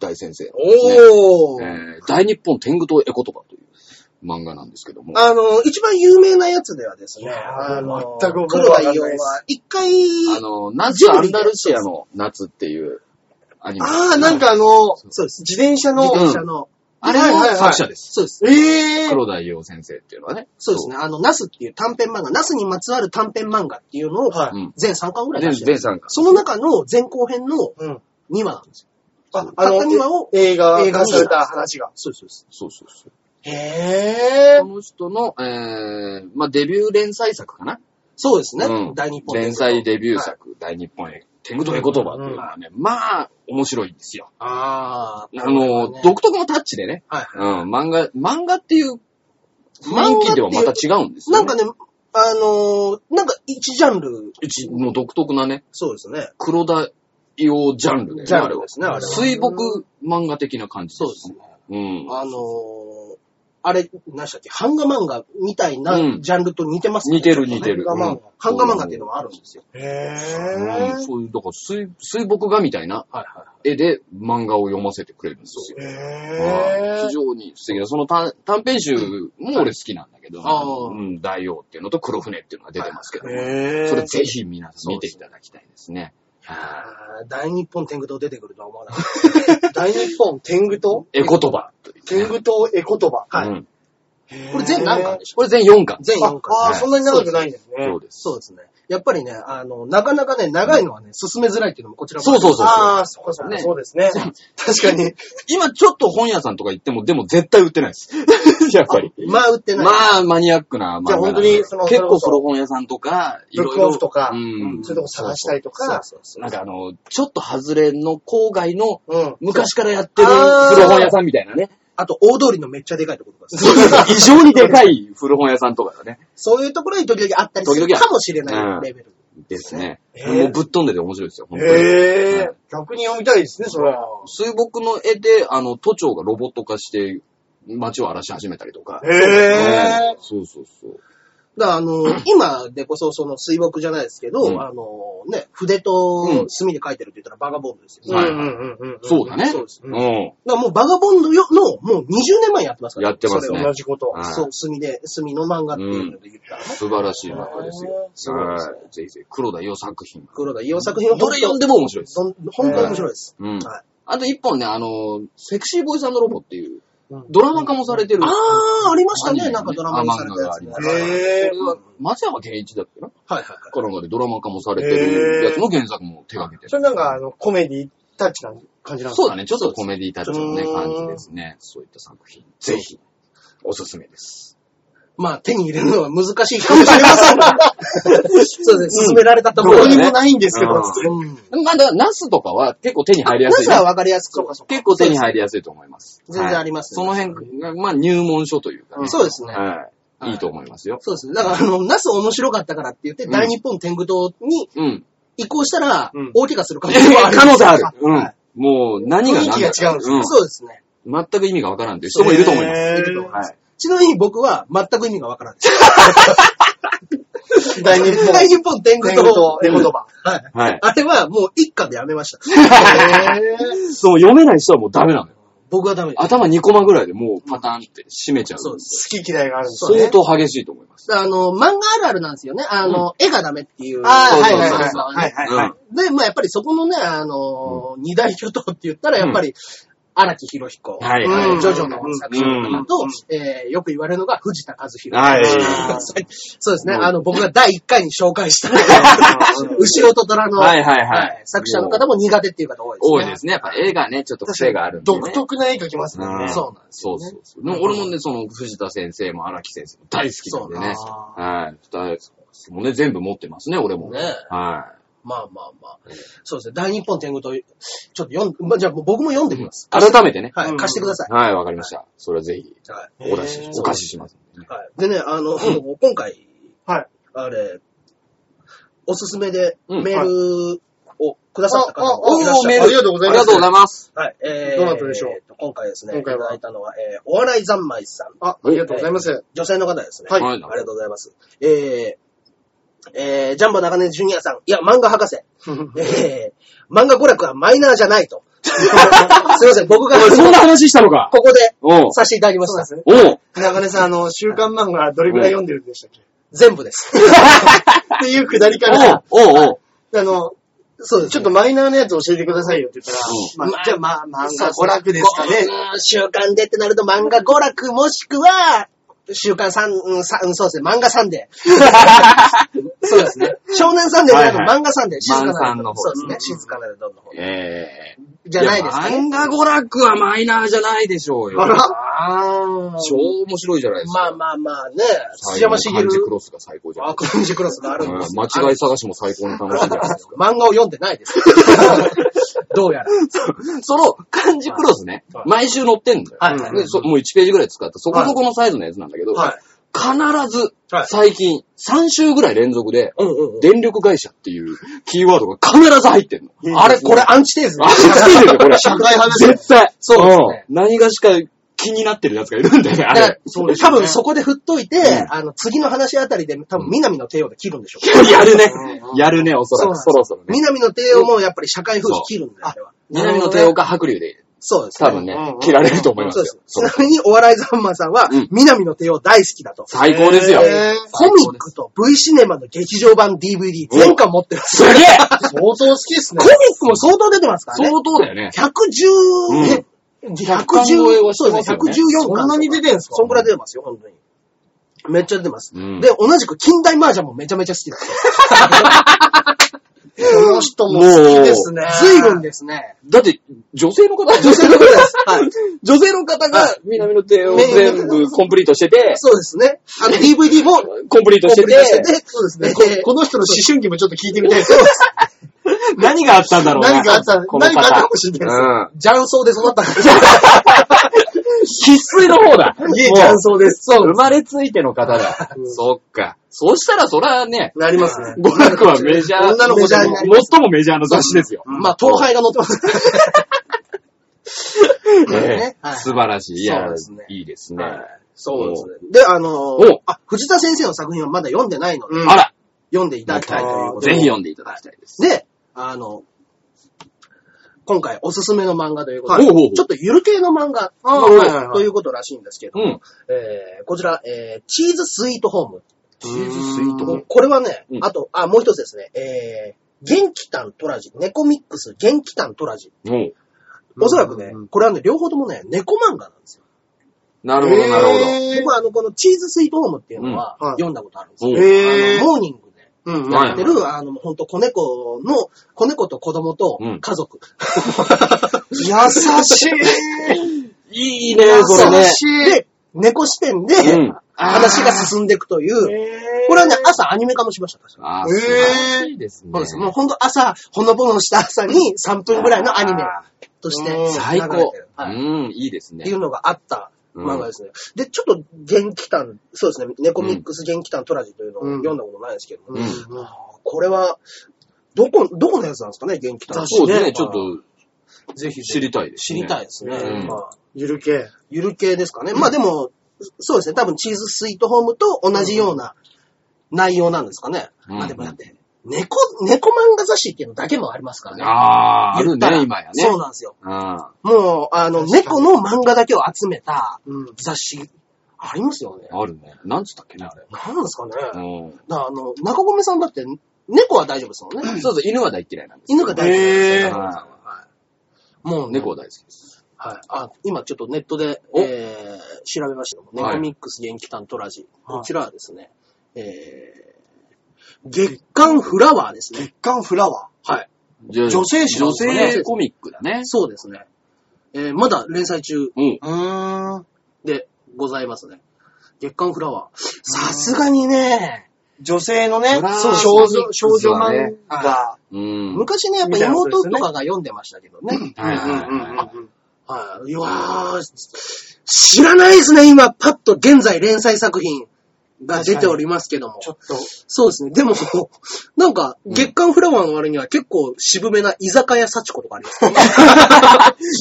大先生のですね、おー。えー大日本天狗とエコとかという漫画なんですけども、あの、一番有名なやつではですいね、やーあの、全く黒僕は分田かん洋ないですは、一回、あの、夏アンダルシアの夏っていうアニメ。ああ、なんかあの、そうです。自転車の、自うん転車の、あれはいはいはのい作者です。そうです。ええ黒田洋先生っていうのはね。そうですね。あの、ナスっていう短編漫画、ナスにまつわる短編漫画っていうのを、はいうん全3巻ぐらい全出してる全3巻。その中の前後編のうん。 2話なんですよ。あ、たあった2話のを、、映画映画化にされた話が。そうですそうです。そうそうそう。へえこ。の人の、えー、まあ、デビュー連載作かな、そうですね。うん大日本連載デビュー作、大日本へ、天狗とエコトバっていうのはね、まあ、面白いんですよ。あー。あの、ね独特のタッチでね、はいうん、漫画、漫画っていう雰囲気ではまた違うんですよ、なんかね、あのー、なんか一ジャンル、うちの独特なね、そうですね。黒田用ジャンルだよね、ジャあンれルはで。すね、あれは。水墨漫画的な感じそうですね。うん。あのー、あれ、何でしたっけ版画漫画みたいなうんジャンルと似てますね。似てる似てる。版画漫ちょっとね。版画漫画っていうのもあるんですよ。へうん、え。そういう、だから水、水墨画みたいなはいは絵で漫画を読ませてくれるんですよ。へはいえ非。常に素敵な。その短短編集も俺好きなんだけど、ああ。うん、大王っていうのと黒船っていうのが出てますけど、へえ。それぜひ皆さん見ていただきたいですね。はい大日本天狗党出てくるとは思わなかっ大日本、天狗島いエコトバというね天狗島絵言葉。た。はい。うんこれ全何巻でしょこれ全4巻。全4あ巻。あー、そんなに長くないんですね。そうです。そうですね。やっぱりね、あの、なかなかね、長いのはね、進めづらいっていうのもこちらもある。そうそうああ、そっかそっか、ねそうですね。確かに。今ちょっと本屋さんとか行っても、でも絶対売ってな いです。やっぱり。まあ、売ってない。まあ、マニアックな漫画じゃあなん本当でにその結それ構こそ古本屋さんとか、いブろッいクろ。オフとか、うんそういうとこ探したりとか、そうそうなんかあの、ちょっと外れの郊外のうん。昔からやってるあー古本屋さんみたいなね。あと、大通りのめっちゃでかいところとかですね異常にでかい古本屋さんとかだね。そういうところに時々あったりする時々あるかもしれうなんいレベル。ですね。へーもうぶっ飛んでて面白いですよ、本当に。へえうん、逆に読みたいですね、それは。水墨の絵で、あの、都庁がロボット化して、街を荒らし始めたりとか。へえね。そうそうそう。だから、あの、今でこそ、その水墨じゃないですけど、うんあの、ね、筆と墨で描いてるって言ったらバガボンドですよね。はいうんうんうんんそうだね。そうですうん。だからもうバガボンドよの、もう20年前にやってますから、やってますねそれを同じこと。はいそう、墨で、墨の漫画っていうので言ったらね。素晴らしい漫画ですよ。すごいですねはいぜひぜひ、黒田洋作品。黒田伊予作品はどれ読んでも面白いです。ほん本当に面白いです。うん。はいあと一本ね、あの、セクシーボーイズロボっていう、うんドラマ化もされてる。あー、ありましたアニメね。ねなんかドラマにされたやつね。あ漫画がはありまいすへえこれは松山健一だっけなはいはい。かなんかでドラマ化もされてるやつの原作も手掛けてる。それなんか、あの、コメディタッチな感じなんですそうかだね。ちょっとコメディタッチのね、そうです感じですね。そういった作品。ぜひ、おすすめです。まあ、手に入れるのは難しいかもしれま せんが。そうですね。勧められたとこどろうでにねも。ないんですけど、うんつってうん。まあだ、ナスとかは結構手に入りやなすいぜね、はわかりやすく。結構手に入りやすいと思います。そうです全然ありますねはいその辺が、まあ入門書というかね。そうですね。はい。はいいいと思いますよ。そうですね。だから、あの、ナス面白かったからって言って、うん大日本天狗党にうん。移行したらうん、大怪我する可能性はある。 可能性ある。うはん。もう何が何だ雰囲気が違うんですねそうですね。うん。全く意味がわからんという人もいると思います。へーいると思いまはい。ちなみに僕は全く意味がわからない。大日本。大日本天狗天狗党と。絵言葉。はい。はい。あれはもう一家でやめました。そう、読めない人はもうダメなのよ。僕はダメです。頭2コマぐらいでもうパターンって閉めちゃう。そうです好き嫌いがあるんです相ね。当激しいと思います。あの、漫画あるあるなんですよね。あの、絵がダメっていう。ああ、ーはいそうはいそはうそいうそうはい。はいはいはい。で、まあやっぱりそこのね、あのー、二大巨頭って言ったら、やっぱり、荒木博彦。はいうんはいジョジョの作品とかうとん、えーよく言われるのが藤田和弘。はいそうですね。うんあの、僕が第1回に紹介した、後ろと虎の、はいはいははいい。作者の方も苦手っていう方多いですね。多いですね。やっぱ絵がね、ちょっと癖があるんで、ね。独特な絵描きますもんうね。んそうなんですそようねそうそう。でも俺もね、その藤田先生も荒木先生も大好きなんでね。そうはい。二人もね、全部持ってますね、俺も。ねはまあまあまあ。そうですね。大日本天狗と、ちょっと読ん、まあ、じゃあ僕も読んできます。い。改めてね。はうんい。貸してください。はい、わかりました。それはぜひ、はい。お出しへー、お貸ししますんでね。はい。でね、あ の、今回、はいあれ、おすすめでうんメールをくださった方ああもいらっしゃメーる。ルありがとうございますありがとうございます。はい、えー、どなたでしょうえーと今回ですね、今いた回はだいたのは、えー、お笑い三昧さん。あ、ありがとうございます。女性の方ですね。はいあはいりがとうございます。えー、えー、ジャンボ中根ジュニアさん。いや、漫画博 士。えー、漫画娯楽はマイナーじゃないと。 すいません、僕が、おいそんなこ話したのかこでおうさせていただきましそうたで。すね。おう中根さん、あの、週刊漫画どれぐらい読んでるんでしたっけ全部です。っていうくだりから、あおうおうおうの、そうです、ちょっとマイナーなやつ教えてくださいよって言ったら、うんまあじゃあ、まあ、漫そう画そ娯う楽ですかね。うん週刊でってなると漫画娯楽もしくは、週刊三、うん、さうんそうですね、漫画サンデー。そうですね。少年サンデーじゃなく、はいはい漫画サンデー。静か漫画なの方そうですねう、ん静かなるどんの方。 ええじゃないですかねや漫画娯楽はマイナーじゃないでしょうよ。あらあ超面白いじゃないですか。まあまあまあね、土山茂漢字クロスが最高じゃないあ、漢字クロスがあるんですようん間違い探しも最高に楽しいじゃないですか。漫画を読んでないです。どうやら。 その漢字クロスね、毎週載ってんだよ。はいでそもう1ページぐらい使った、そこそこのサイズのやつなんだけど、はい必ずはい最近3週ぐらい連続で、うんうんうん。電力会社っていうキーワードが必ず入ってんの。あれ、これアンチテーズねあ、知ってるよ、これ。社会派ですね絶対。そうですねん何がしか気になってるやつがいるんだよね、あだかられ。そうでしょ多うね分そこで振っといて、うんあの、次の話あたりで、多分南の帝王で切るんでしょう。やるね。やるね、おそらく。そそうなんろそろね。南の帝王もやっぱり社会風刺切るんだよ、あれは。南の帝王か白龍で、そうです、多分ねうんうん、切られると思いまそうですすよ。。ちなみに、お笑い三昧さんは、うん南の帝王大好きだと。最高ですよ。へー最コミ高ッでクすと V シネマの劇場版 DVD 全巻持ってるんですすよげえ相当好きですコねミ。ックも相当出てますからね。相当だよね。 110、うんえ100巻超え110、はしてそうでますすね、114よね巻。そんなに出てんすかそんくらい出てますよ、本当に。めっちゃ出てます。うんで、同じく近代麻雀もめちゃめちゃ好き です。この人も好きですね。随分ですね。だって、女性の方、女女性の方です。はい。 女性の方が南の帝王をね全部コンプリートしてて、そうですね。 あの DVD もコンコンプリートしてプリートしてて、て、そうですね。ここの人の思春期もちょっと聞いてみたいです。何があったんだろうね。何かあった、 この何方かあったかもし れないうん。雀荘で育ったから。必須の方だ。いえ、雀荘です。そもう生まれついての方だ。そっか。そうしたらそらね、なりますね。娯楽はメジャー、女の子じゃない最もメジャーの雑誌ですよ。 まあ、東杯が載ってますから。ねねはい素晴らしい。いやそうですね、いいですね。はいそうですね。で、あのおー、あ、藤田先生の作品はまだ読んでないので、うんあら、読んでいただきたいということで。ぜひ読んでいただきたいです。で、あの、今回おすすめの漫画ということはいで、ほうほうほうちょっとゆる系の漫画あーはいはいはいということらしいんですけど、うん。えーこちら、えーチーズスイートホーム。チーズスイートホームこれはね、うんあと、あ、もう一つですね、えー、元気タントラジ、ネコミックス元気タントラジ。うんおそらくねうん、これはね、両方ともね、猫漫画なんですよ。なるほど、なるほど。へー僕はあの、このチーズスイートホームっていうのは、うんはい読んだことあるんですおよ。うへーあのモーニングでうんうんはいやってる、あの、ほんと子猫の、子猫と子供と家族。優 しい。いいね、それね優。しい。で、猫視点でうん、話が進んでいくという、これはね、朝アニメ化もしました。確かあーえー素晴らしいですね。そうです。もうほんと朝、ほのぼのした朝に3分ぐらいのアニメとしてうん流れ最て高る。。うはいん、いいですっていね。うのがあった漫画ですね。で、ちょっと元気感、そうですね、猫ミックス元気感トラジというのをうん読んだことないですけども、うんこれは、どこ、どこのやつなんですかね、元気感。そうですね、まちあょっとぜひ知りたいです知ね。りたいですね。うんまあゆる系。ゆる系ですかね。まあでも、そうですね。多分チーズスイートホームと同じような内容なんですかね。うんまあでもだって、猫、猫漫画雑誌っていうのだけもありますからね。ああ、あ言るったらね、今やね。そうなんですよ。うんもう、あの、確かに猫の漫画だけを集めたうん。雑誌、ありますよね。あるね。なんつったっけね、あれ。なんですかね。だかうんらあの、中込さんだって、猫は大丈夫ですもんね。そうそう、犬は大嫌いなんです。犬が大丈夫ですへよー中込さんははい。もうね猫は大好きです。はい。あ、今ちょっとネットで、おえー、調べましたけども、ネはいコミックス元気担トラジ。はいこちらはですね、えー、月刊フラワーですね。月刊フラワはい。じゃあ女性誌女性コミックだね。そうですね。えー、まだ連載中うー。ん。うーん。でございますね。月刊フラワー。さすがにね、女性のねフラ、ワーそう少女、少女漫画。うん。昔ね、やっぱ妹とかが読んでましたけどね。はいはいうんうんはうんはい。いやー、知らないですね、今、パッと現在連載作品が出ておりますけども。ちょっと、そうですね。でも、 なんか、月刊フラワーの割には結構渋めな居酒屋幸子とかあ ります、ね、い。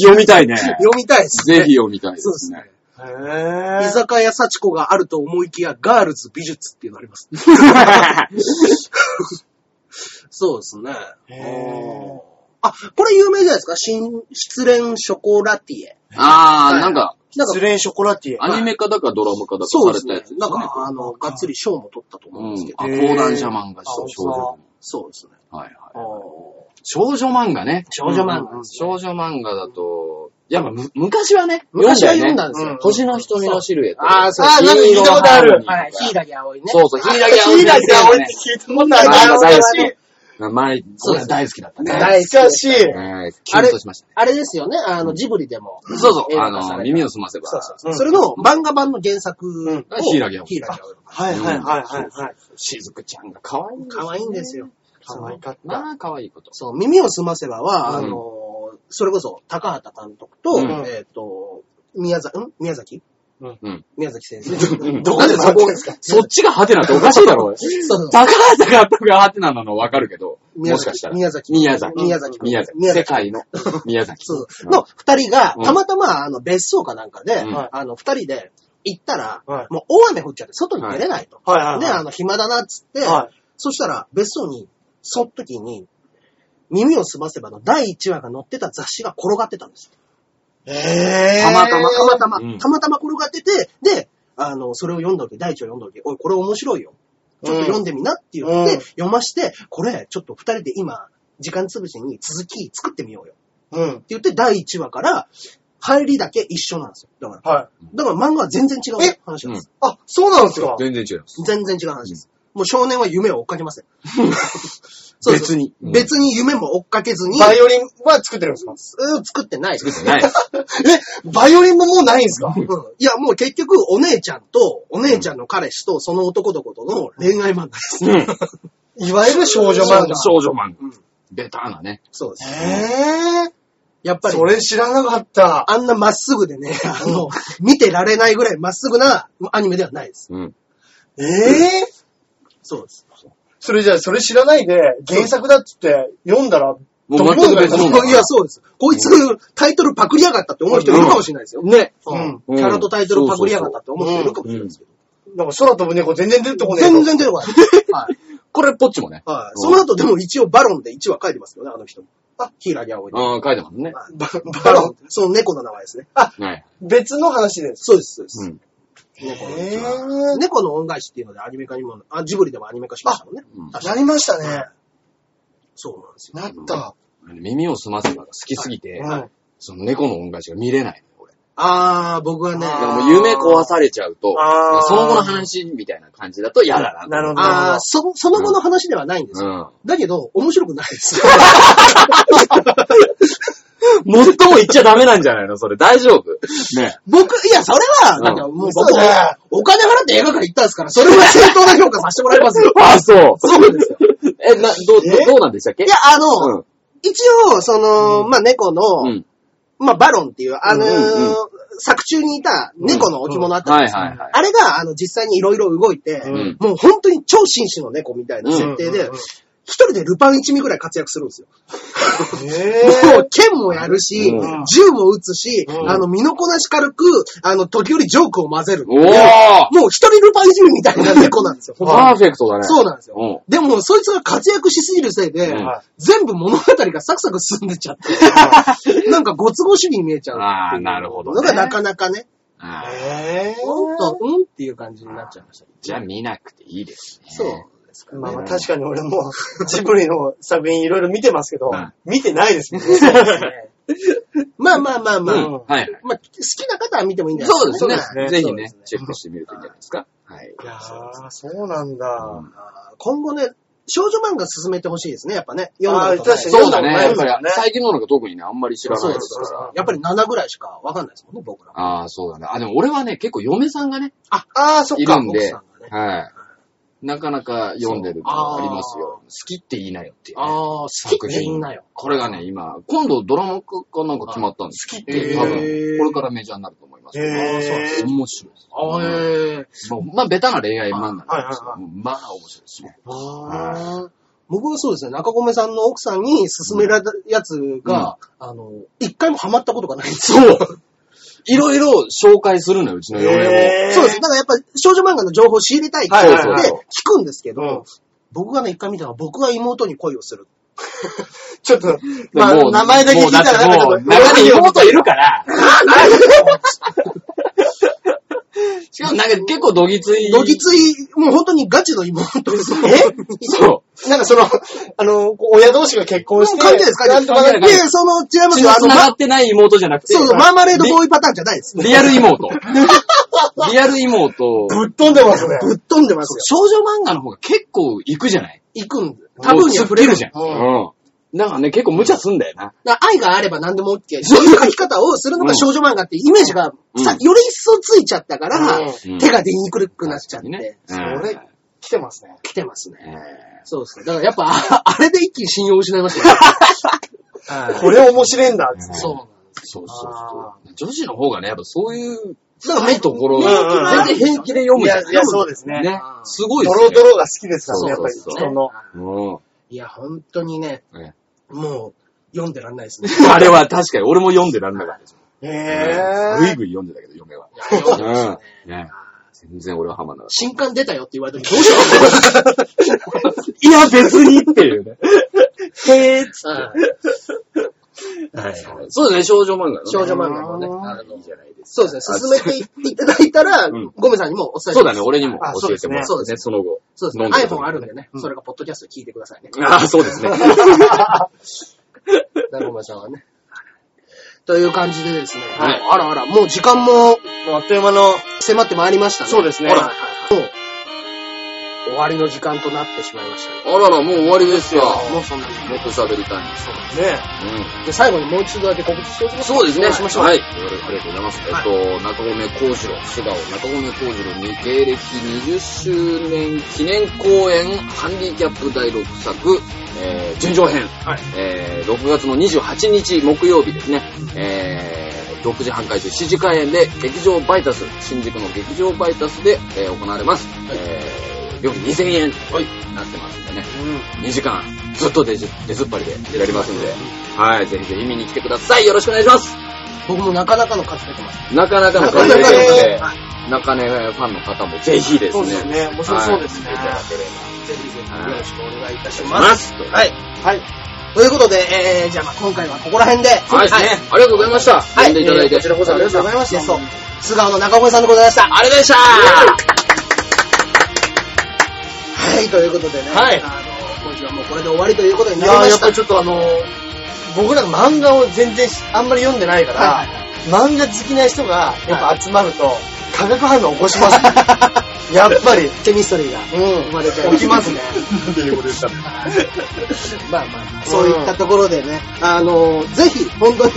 読みたいね。読みたいですね。ぜひ読みたいでそうですすねね。。へ居ぇ酒屋幸子があると思いきや、ガールズ美術っていうのあります。 そうですね。へーあ、これ有名じゃないですか新失恋ショコラティエ。あはー、いなんか、なん失か、恋ショコラティエ。アニメ化だかドラマ化だかそさうでれすたやつね。なんか、あの、がっつり賞も取ったと思うんうですけん。ど。あ、講談社漫画あそう少女漫そうですね。画。はいはい。少少女漫画ね。う女漫んう画んですね。少女漫画だと、いや、まあ、む昔はね、昔は読んだんよですよ。うん星の瞳のシルエット。ああ、そうあーなんか聞いたことあるはい、ヒヒーイラギアオイね。そうそう、ヒーラギヒイラギアアオオイイねって聞いたことない。あ懐ーかしい。前、そうこでれす大好きだったね。大懐かしい。えー、キュンとしましたね。あれですよね、あの、ジブリでも。そうそう、映あ画化されの、た耳を澄ませば。そうそううそんう。それの漫画版の原作を。ヒイラギアオイヒイラギアオイ。はいはいはいはいはい。しずくちゃんが可愛いんですね可愛いんですよ。可愛かっまた。あ、可愛いこと。そう、耳を澄ませばは、あうんの、それこそ、高畑監督とうん、えっと、宮崎、ん宮崎うん。宮崎先 生。どこでそこそっちがハテナっておかしいだろ。そう高畑監督がハテナなのわかるけど、宮もし崎かしたら。宮崎。宮崎。宮崎。宮崎。宮世崎。界の宮崎。そうそう。の二人がうん、たまたま、あの、別荘かなんかで、うあんの、二人で行ったら、はいもう大雨降っちゃって、外に出れないと。はいはいはい。で、あの、暇だなっつって、はいそしたら、別荘に、そっ時に、耳をすませばの第1話が載ってた雑誌が転がってたんです。えたまたま、たまたま、うんたまたま転がってて、で、あの、それを読んだ時、第1話読んだ時、おい、これ面白いよ。ちょっと読んでみなって言って、うん読まして、これ、ちょっと二人で今、時間潰しに続き作ってみようよ。うんっ。て言って、第1話から入りだけ一緒なんですよ。だから、はだから漫画は全然違うえ話なんです。い。あ、そうなんですか全然違います。全然違う話です。もう少年は夢を追っかけません。そうです別にうん別に夢も追っかけずに、バイオリンは作ってるんですかうん作ってないです。ないです。 え、バイオリンももうないんですかうんいや、もう結局、お姉ちゃんと、お姉ちゃんの彼氏と、その男の子との恋愛漫画です。うん。いわゆる少女漫画。少女漫うん画。ベターなね。そうです。えやっー、ぱりそ、れ知らなかった。あんなまっすぐでね、あの、見てられないぐらいまっすぐなアニメではないです。うん。ええー、そうです。それじゃあ、それ知らないで、原作だっつって読んだら、もう全く別のものいや、そうです。こいつ、タイトルパクりやがったって思う人いるかもしれないですよ。ね。うんうんキャラとタイトルパクりやがったって思う人いるかもしれないですけど。なんか空飛ぶ猫全然出てこねえ全ぞ。然出てこない。はい。これっぽっちもね。はい。その後でも一応バロンで1話書いてますよね、あの人も。あ、ヒイラギアオイ。うん、書いてますね。ババロン、その猫の名前ですね。あ、はい。別の話です。そうです、そうでうす。ん。猫のえ猫の恩返しっていうのでアニメ化にも、あ、ジブリでもアニメ化しましたもんね。うんー、なりましたね。そうなんですよ。なった。耳を澄ませばが好きすぎて、はいその猫の恩返しが見れない。俺あー、僕はね、だからもう夢壊されちゃうとあー、その後の話みたいな感じだと嫌だな。なるほどあー、そ、その後の話ではないんですよ。うだけど、面白くない です。ん。最も言っちゃダメなんじゃないのそれ大丈夫。ね。僕、いや、それは、うん。なんかもうそう僕ねは、お金払って映画館行ったんですから、それは正当な評価させてもらいますよあ、そう。そうですよ。え、な、どう、えどうなんでしたっけいや、あの、うん。一応、その、まあ、猫の、うん。まあ、バロンっていう、あのーうんうんうん作中にいた猫の置物あったんはいはでいすよ。はい。あれが、あの、実際にいろいろ動いて、うんもう本当に超紳士の猫みたいな設定うでんうんうん、一人でルパン一味ぐらい活躍するんですよ。えもう剣もやるし、うん銃も撃つし、うんあの、身のこなし軽く、あの、時折ジョークを混ぜる。おーもう一人ルパン一味みたいな猫なんですよ。パーフェクトだね。そうなんですよ。うでも、そいつが活躍しすぎるせいで、うん全部物語がサクサク進んでっちゃって、なんかご都合主義に見えちゃう。ああ、なるほどのね。がなかなかね、あーえうんと、うんっていう感じになっちゃいました。じゃあ見なくていいですね。そうですかー、まあね。まあ確かに俺もジブリの作品いろいろ見てますけどうん、見てないですもんね。まあまあまあうまあ、ん。はいはい。まあ、好きな方は見てもいいんじゃないそうですね。ねぜひねそうですねチェックしてみるといいんじゃないですか。はい。いやー、そうなんだ。あー今後ね、少女漫画進めてほしいですね、やっぱね。読んあだーことない確かにそうだね。やそっうだねぱり、最近のなんか特にね、あんまり知らそなういでですすそうからです。やっぱり7ぐらいしかわかんないですもんね、僕ら。ああ、そうだね。あ、でも俺はね、結構嫁さんがね、あ、あーそいるん奥でさんがね。はい。なかなか読んでるのがありますよ。好きって言いなよっていうね、ああ、好きって言いなよ。これがね、今、今度ドラマかなんか決まったんです好きって言いな多よ分、これからメジャーになると思いますけど。へーあそうです面白いです。あーえーまあ、まあ、ベタな恋愛漫画なんですけど、はいはいはいまあ、面白いですね。あー僕はそうですね、中込さんの奥さんに勧められたやつが、あの、一回もハマったことがないんですよ。いろいろ紹介するのよ、うちのへ嫁も。ーそうです。だからやっぱ少女漫画の情報を仕入れたいってはいはい言はっいて聞くんですけうどん、僕がね、一回見たのは僕は妹に恋をする。ちょっと、でまあ、もう名前だけ聞いたらなんかちょっと、もうだってもう中に妹いるから。しかもなんか結構どぎつい。どぎつい、もう本当にガチの妹です。えそう。なんかその、 あの、こう親同士が結婚して、関係ないです、関係なないんですとかなでその、関係ない、違います血よ。のあの、繋まがってない妹じゃなくて、そうそう、マーマレードボーイパターンじゃないです。リアル妹。リアル妹。ぶっ飛んでますね。ぶっ飛んでますよ。少女漫画の方が結構行くじゃない行くんで。タブーには触れるるじじゃゃん。ん。うん。なんかね、結構無茶すんだよな。だから愛があれば何でも OK。そういう書き方をするのうがん少女漫画っていうイメージが、うんさ、より一層ついちゃったから、うん手が出にくくなっちゃって、ね。そ俺れ、来てますね。来てますね。えそうですね。だからやっぱ、ああれで一気に信用を失いましたね。ーこれ面白いんだ、つって。そうなんです。そうそうそう。女子の方がね、やっぱそういう、だからいいところ、うんうん全然平気で読いむじゃや、ん。いや、そうですね。ね。すごいドでロすドね。ロが好きですからね、やっぱりそうそうそう人の。うんいや、本当にね、ねもう、読んでらんない ですね。あれは確かに俺も読んでらんなかったです。へぐいぇー。ぐい読んでたけど、嫁は。読んでましたねうんね全然俺はハマんなかっ新刊出たよって言われた 時どうしようかとた。いや、別にっていうね。へぇー。思って。 はい。そうですね、少女漫画のね。少女漫画のねあのいいじゃないですそうですね。進めていいただいたら、うんゴメさんにもお伝えします。そうだね、俺にもあ教えてもらってそうですね、その後。そうですね。飲んでた iPhone あるんでね、それがポッドキャストで聞いてくださいね。 ああ、そうですね。なるほど、さんはね。という感じでですね。はいあらあら、もう時間もあっという間の、迫ってまいりましたね。そうですねはいはいはいもう、終わりの時間となってしまいましたね。あらら、もう終わりですよ。もうそんなに。もっと喋りたいんです。ね、で、最後にもう一度だけ告知しておきますそうですね。しましょう。はい。ありがとうございます。えっと、中込幸次郎、滋賀を中込幸次郎に芸歴20周年記念公演、ハンディキャップ第6作、えー、純情編。はいえー、6月の28日木曜日ですね。えー、6時半開始、7時開演で、劇場バイタス、新宿の劇場バイタスで、えー行われます。えー、料金2000円となってますんでね。2時間、ずっと出ず出ずっぱりでやりますんで、はい、ぜひぜひ見に来てください。よろしくお願いします僕もなかなかの数出てます。なかなかの感じなでかなかね中根ファンの方もぜひですそね。うですね。面白そうですね。はい見ていただけれぜひぜひよろしくお願いいたしばます。します。はい。はい。ということで、えー、じゃあまあ今回はここら辺で。はい、ははいい。ありがとうございました。は呼んでいただいて。えーこちらこそありがとうございました。ありがとうございまそう。素顔の中越さんでございました。ありがとうございましたはい、ということでね。はいあの、今週はもうこれで終わりということにいなりまややし。ったぱりちょっとあのー僕なんか漫画を全然しあんまり読んでないから、はい漫画好きな人がやっぱ集まると、化学反応起こし ます、やっぱり。ケミストリーがうん生まれちゃいま起すきますね。まあまあまあ、そういったところでね、あの、ぜひ、本当に、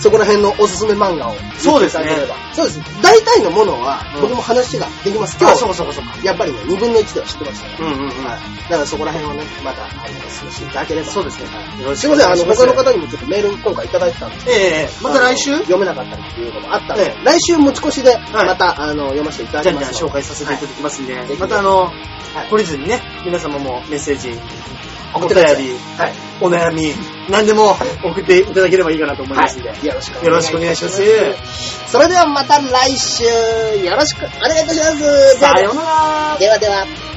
そこら辺のおすすめ漫画を言っていそうですたねだければ。そうです。大体のものはう、ん僕も話ができます。今あそうか日、そうかそうか。やっぱりね、2分の1では知ってましたね。うんうんうん。はい。だからそこら辺をね、また、あの、お過ごしいただければ。そうですね。はい。すいません、あの、他の方にもちょっとメール今回いただいてたんですけどええまた来週あのじ読めなかったりっていうのもあったのでえ、来週持ち越しで、いまた、あの、読ませていたゃだあじきゃあますの紹介で。させていただきますんで、いまたあの、はい懲りずにね、皆様もメッセージ、お送便ってくださいり、はい。お悩み、何でも送っていただければいいかなと思いますんで。はいよろしくよろしくお願いします。それではまた来週、よろしくお願いいたします。さようならではでは。